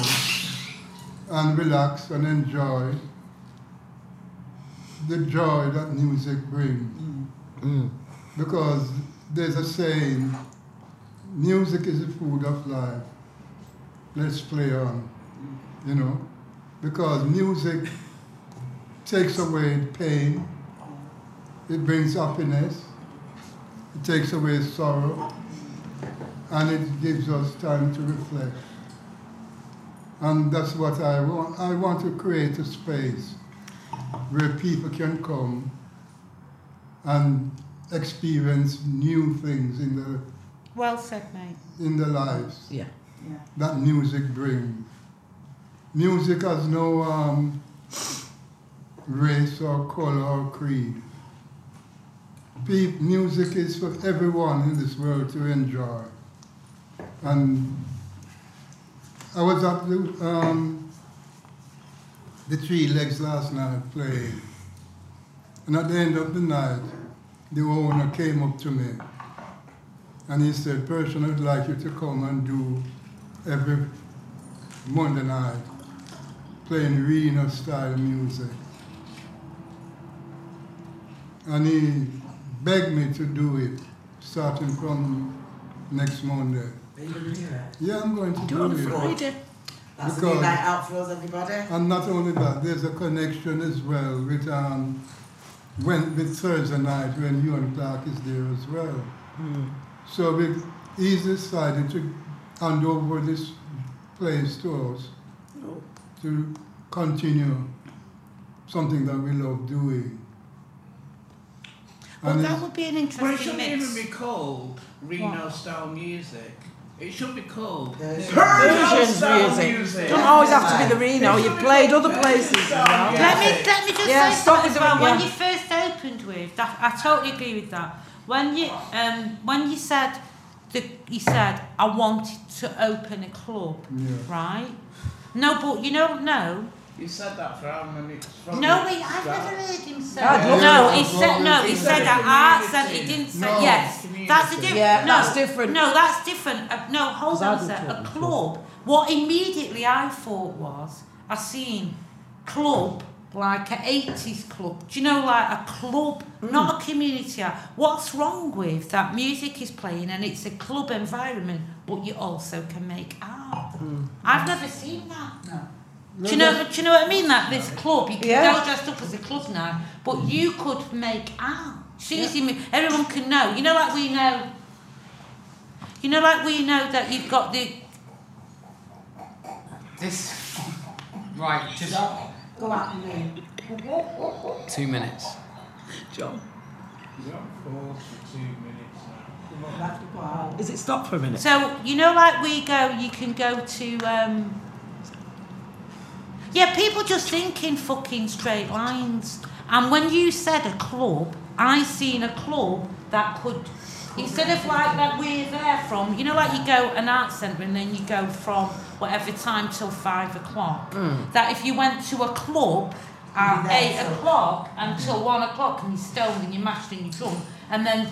Speaker 7: and relax and enjoy the joy that music brings. Because there's a saying, music is the food of life. Let's play on, you know? Because music takes away pain, it brings happiness, it takes away sorrow, and it gives us time to reflect. And that's what I want. I want to create a space where people can come and experience new things in their,
Speaker 4: Well said, mate.
Speaker 7: in their lives
Speaker 3: Yeah.
Speaker 1: Yeah.
Speaker 7: that music brings. Music has no um, race or color or creed. Pe- music is for everyone in this world to enjoy. And I was at the, um, the Three Legs last night playing. And at the end of the night, the owner came up to me and he said, Person, I'd like you to come and do every Monday night playing Reno style music. And he begged me to do it starting from next Monday.
Speaker 8: Are you gonna do that?
Speaker 7: Yeah, I'm going to do, it.
Speaker 8: That's a
Speaker 7: Because-
Speaker 8: new night out for us, everybody.
Speaker 7: And not only that, there's a connection as well with um, when with Thursday night when Ewan Clark is there as well. So we've he's decided to hand over this place to us to continue something that we love doing.
Speaker 4: Well,
Speaker 7: And
Speaker 4: that
Speaker 7: it's-
Speaker 4: would be an
Speaker 2: Well, it
Speaker 4: interesting
Speaker 2: shouldn't even
Speaker 4: mix.
Speaker 2: be called Reno style music. It should be called
Speaker 8: Persian.
Speaker 2: Persian
Speaker 11: Persian's
Speaker 2: style
Speaker 11: music.
Speaker 2: music.
Speaker 11: Don't always have to be the Reno.
Speaker 2: It should
Speaker 11: You've
Speaker 2: be
Speaker 11: played
Speaker 2: called
Speaker 11: other places
Speaker 2: Persian
Speaker 11: as
Speaker 2: style
Speaker 11: well.
Speaker 4: Let me
Speaker 2: music.
Speaker 4: let me just
Speaker 11: Yeah,
Speaker 4: say
Speaker 11: stop with
Speaker 4: something as
Speaker 11: the-
Speaker 4: well. When
Speaker 11: yeah.
Speaker 4: you first opened with, that, I totally agree with that. When you um when you said the you said I wanted to open a club,
Speaker 7: Yeah.
Speaker 4: right? No, but you don't know.
Speaker 2: You said that for how many? it's from
Speaker 4: No,
Speaker 2: the
Speaker 4: wait, I've
Speaker 2: start.
Speaker 4: never heard him say.
Speaker 11: I'd
Speaker 4: that.
Speaker 11: love
Speaker 4: no,
Speaker 7: to.
Speaker 4: he said no. He
Speaker 2: He
Speaker 4: said
Speaker 2: said
Speaker 4: that art said he
Speaker 2: community.
Speaker 4: didn't say
Speaker 7: No.
Speaker 4: yes. That's a different.
Speaker 11: Yeah,
Speaker 4: no,
Speaker 11: that's different.
Speaker 4: No, that's different. Uh, no, hold
Speaker 3: 'Cause I
Speaker 4: on a
Speaker 3: do
Speaker 4: sec.
Speaker 3: too.
Speaker 4: A club. What immediately I thought was I seen club like an eighties club. Do you know like a club, not a community? house. What's wrong with that? Music is playing and it's a club environment, but you also can make art. I've never seen that. Do you know? Do you know what I mean? That this club, you can
Speaker 11: Yeah.
Speaker 4: go dressed up as a club now, but you could make out. Susie, ma- everyone can know. You know, like we know. You know, like we know that you've got the.
Speaker 9: This. Right. Just
Speaker 8: Go out and then.
Speaker 9: two minutes.
Speaker 3: John,
Speaker 2: You're on pause for two minutes now.
Speaker 3: is it stopped for a minute?
Speaker 4: So you know, like we go, you can go to. Um, yeah, people just think in fucking straight lines, And when you said a club, I seen a club that could, instead of like that we're there from, you know, like you go an art centre and then you go from whatever time till five o'clock.
Speaker 3: Mm.
Speaker 4: That if you went to a club at
Speaker 8: You'd be
Speaker 4: eight
Speaker 8: there till-
Speaker 4: o'clock until one o'clock and you're stoned and you're mashed and you're drunk, and then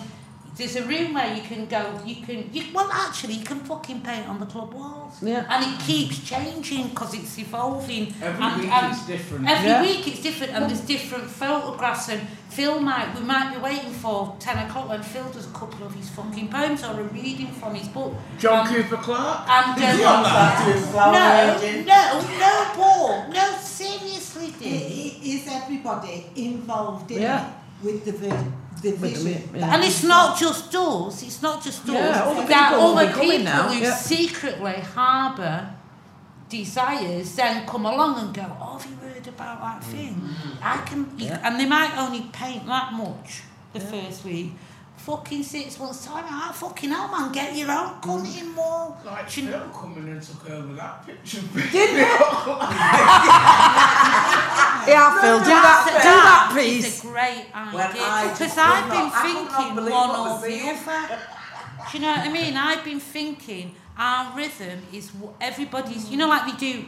Speaker 4: there's a room where you can go, you can, you, well, actually, you can fucking paint on the club walls.
Speaker 3: Yeah.
Speaker 4: And it keeps changing because it's evolving.
Speaker 2: Every
Speaker 4: and,
Speaker 2: week
Speaker 4: and
Speaker 2: it's different.
Speaker 4: Every
Speaker 3: Yeah.
Speaker 4: week it's different, and there's different photographs. And Phil might we might be waiting for ten o'clock when Phil does a couple of his fucking poems or a reading from his book.
Speaker 2: John
Speaker 4: and,
Speaker 2: Cooper Clarke.
Speaker 4: and um, no, no, no, Paul, no, seriously,
Speaker 1: It,
Speaker 4: dear.
Speaker 1: it is everybody involved in
Speaker 3: Yeah.
Speaker 1: it with the, vi- the
Speaker 3: With the
Speaker 1: vision.
Speaker 3: vi-
Speaker 1: that
Speaker 4: And it's
Speaker 1: is-
Speaker 4: not just us. It's not just us.
Speaker 3: Yeah, all the
Speaker 4: there are
Speaker 3: people will
Speaker 4: other
Speaker 3: be coming
Speaker 4: people
Speaker 3: now,
Speaker 4: who
Speaker 3: yeah.
Speaker 4: secretly harbour desires, then come along and go, "Oh, have you heard about that thing? I can."
Speaker 3: Mm. Yeah.
Speaker 4: And they might only paint that much the first week. Fucking six months time, ah, fucking hell, man, get your own
Speaker 3: Mm.
Speaker 4: cunt in more.
Speaker 2: Like
Speaker 4: Do you know-
Speaker 2: Phil coming and took over that picture.
Speaker 3: Yeah, Phil, do that, do that
Speaker 4: It's
Speaker 3: piece.
Speaker 4: a great
Speaker 8: When I
Speaker 4: idea
Speaker 8: just
Speaker 4: because
Speaker 8: could not-
Speaker 4: I've been
Speaker 8: I could not
Speaker 4: thinking
Speaker 8: believe
Speaker 4: one
Speaker 8: what
Speaker 4: or
Speaker 8: was
Speaker 4: the
Speaker 8: seen.
Speaker 4: other. Do you know what I mean? I've been thinking our rhythm is what everybody's. You know, like we do.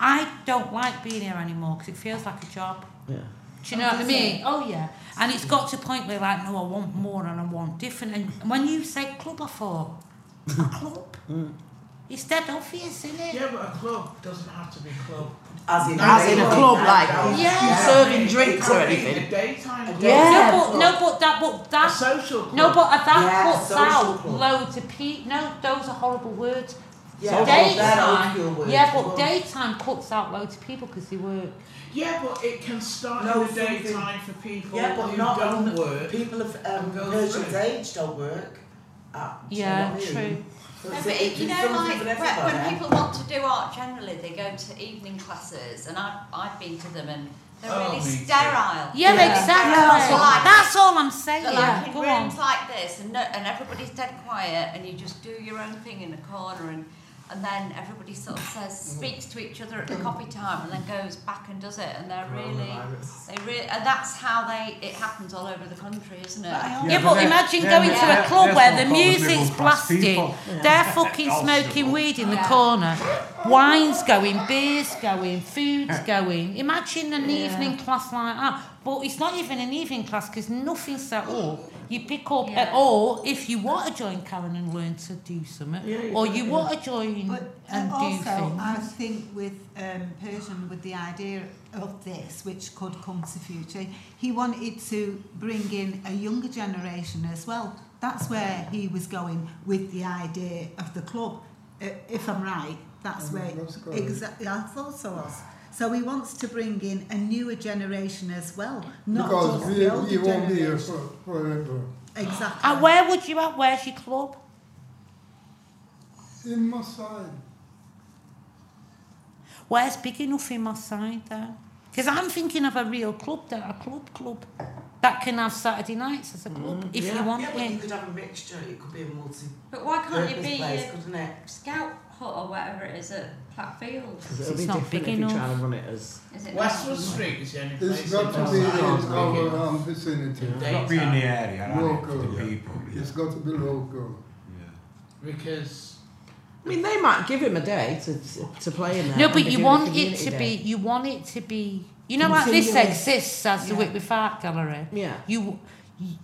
Speaker 4: I don't like being here anymore because it feels like a job.
Speaker 3: Yeah.
Speaker 4: Do you know what I mean? Oh yeah. And it's got to a point where like, no, I want more and I want different. And when you said club, I thought a club.
Speaker 3: Mm.
Speaker 4: It's dead obvious, isn't it?
Speaker 2: yeah, but a club doesn't have to be club.
Speaker 8: As in,
Speaker 2: As in a
Speaker 3: club, like-
Speaker 4: Yeah.
Speaker 3: Serving drinks
Speaker 2: It
Speaker 3: or
Speaker 2: could be
Speaker 3: anything.
Speaker 2: A daytime club.
Speaker 3: Yeah.
Speaker 4: No, but, no, but that, but
Speaker 2: A
Speaker 4: that
Speaker 2: social club.
Speaker 4: No, but that
Speaker 8: Yeah,
Speaker 4: puts
Speaker 8: social
Speaker 4: out
Speaker 8: club.
Speaker 4: loads of people. No, those are horrible words.
Speaker 8: Yeah, they're
Speaker 4: daytime.
Speaker 8: overkill words.
Speaker 4: yeah, but
Speaker 8: Well-
Speaker 4: daytime cuts out loads of people because they work.
Speaker 2: Yeah, but it can start
Speaker 8: No,
Speaker 2: in the
Speaker 8: something-
Speaker 2: daytime for people
Speaker 8: Yeah, but
Speaker 2: who
Speaker 8: not
Speaker 2: don't
Speaker 8: on
Speaker 2: work.
Speaker 8: People of um,
Speaker 2: and go
Speaker 8: Persian's
Speaker 2: through.
Speaker 8: age don't work. Uh, do you know
Speaker 4: Yeah,
Speaker 8: what I mean?
Speaker 4: true.
Speaker 8: So
Speaker 10: No,
Speaker 8: it's-
Speaker 10: but
Speaker 8: it can
Speaker 10: you
Speaker 8: something
Speaker 10: know, like
Speaker 8: for
Speaker 10: when, when
Speaker 8: everybody.
Speaker 10: people want to do art generally, they go to evening classes, and I've, I've been to them, and they're
Speaker 2: Oh,
Speaker 10: really
Speaker 2: me too.
Speaker 10: sterile.
Speaker 4: Yeah, exactly.
Speaker 10: That's what I-
Speaker 4: That's all I'm saying.
Speaker 10: They're like in
Speaker 4: Go
Speaker 10: rooms
Speaker 4: on.
Speaker 10: like this, and, no, and everybody's dead quiet, and you just do your own thing in a corner, and, and then everybody sort of says,
Speaker 6: Mm.
Speaker 10: speaks to each other at the coffee time, and then goes back and does it, and they're really, they really, and that's how they, it happens all over the country, isn't it?
Speaker 4: Yeah, but imagine going to a
Speaker 10: they're-
Speaker 4: club
Speaker 6: they're sort
Speaker 4: where the
Speaker 6: of called
Speaker 4: music's
Speaker 6: middle class
Speaker 4: blasting,
Speaker 6: people.
Speaker 4: they're fucking smoking weed in the
Speaker 10: Yeah.
Speaker 4: corner, wine's going, beer's going, food's going. Imagine an evening class like that. But it's not even an evening class because nothing's set up. You pick up at
Speaker 10: Yeah.
Speaker 4: all if you want to join Karen and learn to do something, or you want to join
Speaker 1: But and
Speaker 4: and do
Speaker 1: also,
Speaker 4: things.
Speaker 1: I think with um, Persian, with the idea of this, which could come to future, he wanted to bring in a younger generation as well. That's where he was going with the idea of the club. Uh, if I'm right, that's
Speaker 7: Mm,
Speaker 1: where
Speaker 7: that's correct.
Speaker 1: exactly. I thought so. Was. So he wants to bring in a newer generation as well, not
Speaker 7: because
Speaker 1: just
Speaker 7: we,
Speaker 1: the older
Speaker 7: we won't be here
Speaker 1: generation.
Speaker 7: for, forever.
Speaker 1: Exactly.
Speaker 4: And Uh, where would you at? Where's your club?
Speaker 7: In my side.
Speaker 4: Where's big enough in my side though? Because I'm thinking of a real club, that a club club that can have Saturday nights as a club
Speaker 3: Mm,
Speaker 4: if you want
Speaker 8: Yeah, but you
Speaker 4: it.
Speaker 8: could have a mixture. It could be a multi-purpose
Speaker 10: But why can't you be uh,
Speaker 8: place,
Speaker 10: a
Speaker 8: couldn't it?
Speaker 10: scout hut or whatever it is at Platfield?
Speaker 3: It'll be
Speaker 4: not
Speaker 3: different
Speaker 4: big
Speaker 3: if
Speaker 4: enough.
Speaker 3: you try and run it as.
Speaker 10: Is it
Speaker 2: Westwood
Speaker 10: not?
Speaker 2: Street is the only place.
Speaker 7: It's got
Speaker 2: in
Speaker 7: to be in
Speaker 2: Belfast I
Speaker 7: our
Speaker 2: can
Speaker 7: um, vicinity.
Speaker 2: do
Speaker 6: It's got to be in the
Speaker 2: daytime,
Speaker 6: area, right, for the
Speaker 7: Local.
Speaker 6: people.
Speaker 7: It's got to be local.
Speaker 2: Because
Speaker 3: I mean, they might give him a day to, to play in there.
Speaker 4: No,
Speaker 3: and
Speaker 4: but
Speaker 3: they
Speaker 4: you
Speaker 3: do a
Speaker 4: want it
Speaker 3: community
Speaker 4: to
Speaker 3: day.
Speaker 4: be. You want it to be. You know, like this
Speaker 3: Continuous.
Speaker 4: exists as the
Speaker 3: Yeah.
Speaker 4: Whitworth Art Gallery.
Speaker 3: Yeah.
Speaker 4: You,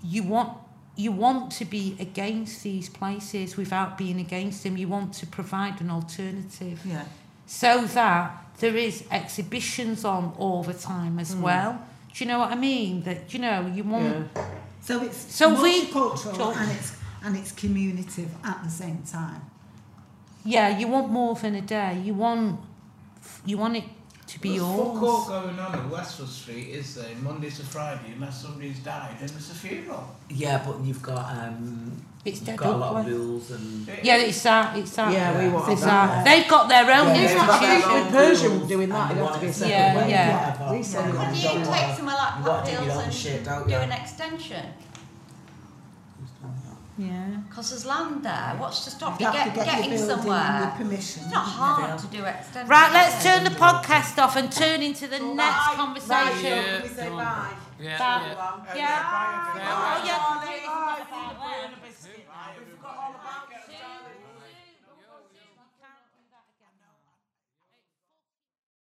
Speaker 4: you want. You want to be against these places without being against them. You want to provide an alternative.
Speaker 1: Yeah.
Speaker 4: so that there is exhibitions on all the time as well. Do you know what I mean? That you know you want.
Speaker 3: Yeah.
Speaker 1: So it's
Speaker 4: So we-
Speaker 1: multicultural and it's and it's communicative at the same time.
Speaker 4: Yeah, you want more than a day. You want you want it to be
Speaker 2: there's fuck all
Speaker 4: yours.
Speaker 2: going on at Westwood Street, is there? Monday to Friday, unless somebody's died and it's a funeral.
Speaker 11: Yeah, but you've got um,
Speaker 4: It's
Speaker 11: you've
Speaker 4: dead
Speaker 11: got a lot
Speaker 4: up.
Speaker 11: of rules and
Speaker 2: It-
Speaker 4: Yeah, it's that. It's that.
Speaker 3: Yeah, we want
Speaker 4: It's
Speaker 3: that.
Speaker 4: that. They've got their own
Speaker 8: Yeah,
Speaker 3: It's
Speaker 8: they've got
Speaker 3: not
Speaker 8: their
Speaker 3: cheap
Speaker 4: institution.
Speaker 8: own
Speaker 3: with Persian
Speaker 8: rules
Speaker 3: doing that.
Speaker 8: and
Speaker 3: It has to be a
Speaker 8: whatever.
Speaker 3: separate
Speaker 4: Yeah,
Speaker 3: way.
Speaker 4: yeah.
Speaker 8: Whatever.
Speaker 3: We said
Speaker 8: Yeah.
Speaker 10: Couldn't
Speaker 3: it.
Speaker 10: you take somewhere like
Speaker 8: You gotta do your
Speaker 10: Platfield
Speaker 8: own
Speaker 10: and
Speaker 8: shit, don't
Speaker 10: do
Speaker 8: you?
Speaker 10: an extension?
Speaker 1: Yeah.
Speaker 10: Because there's land there. What's to stop
Speaker 1: You
Speaker 10: you
Speaker 1: have to get
Speaker 10: get,
Speaker 1: your
Speaker 10: getting
Speaker 1: building and
Speaker 10: somewhere?
Speaker 1: your permission,
Speaker 10: It's not
Speaker 1: haven't you,
Speaker 10: hard
Speaker 1: Bill?
Speaker 10: to do extension.
Speaker 4: Right, let's turn the podcast off and turn into the next
Speaker 1: Right,
Speaker 4: conversation.
Speaker 1: so can we say bye?
Speaker 4: Yeah, Bye. yeah.
Speaker 1: Yeah.
Speaker 4: Oh, yeah.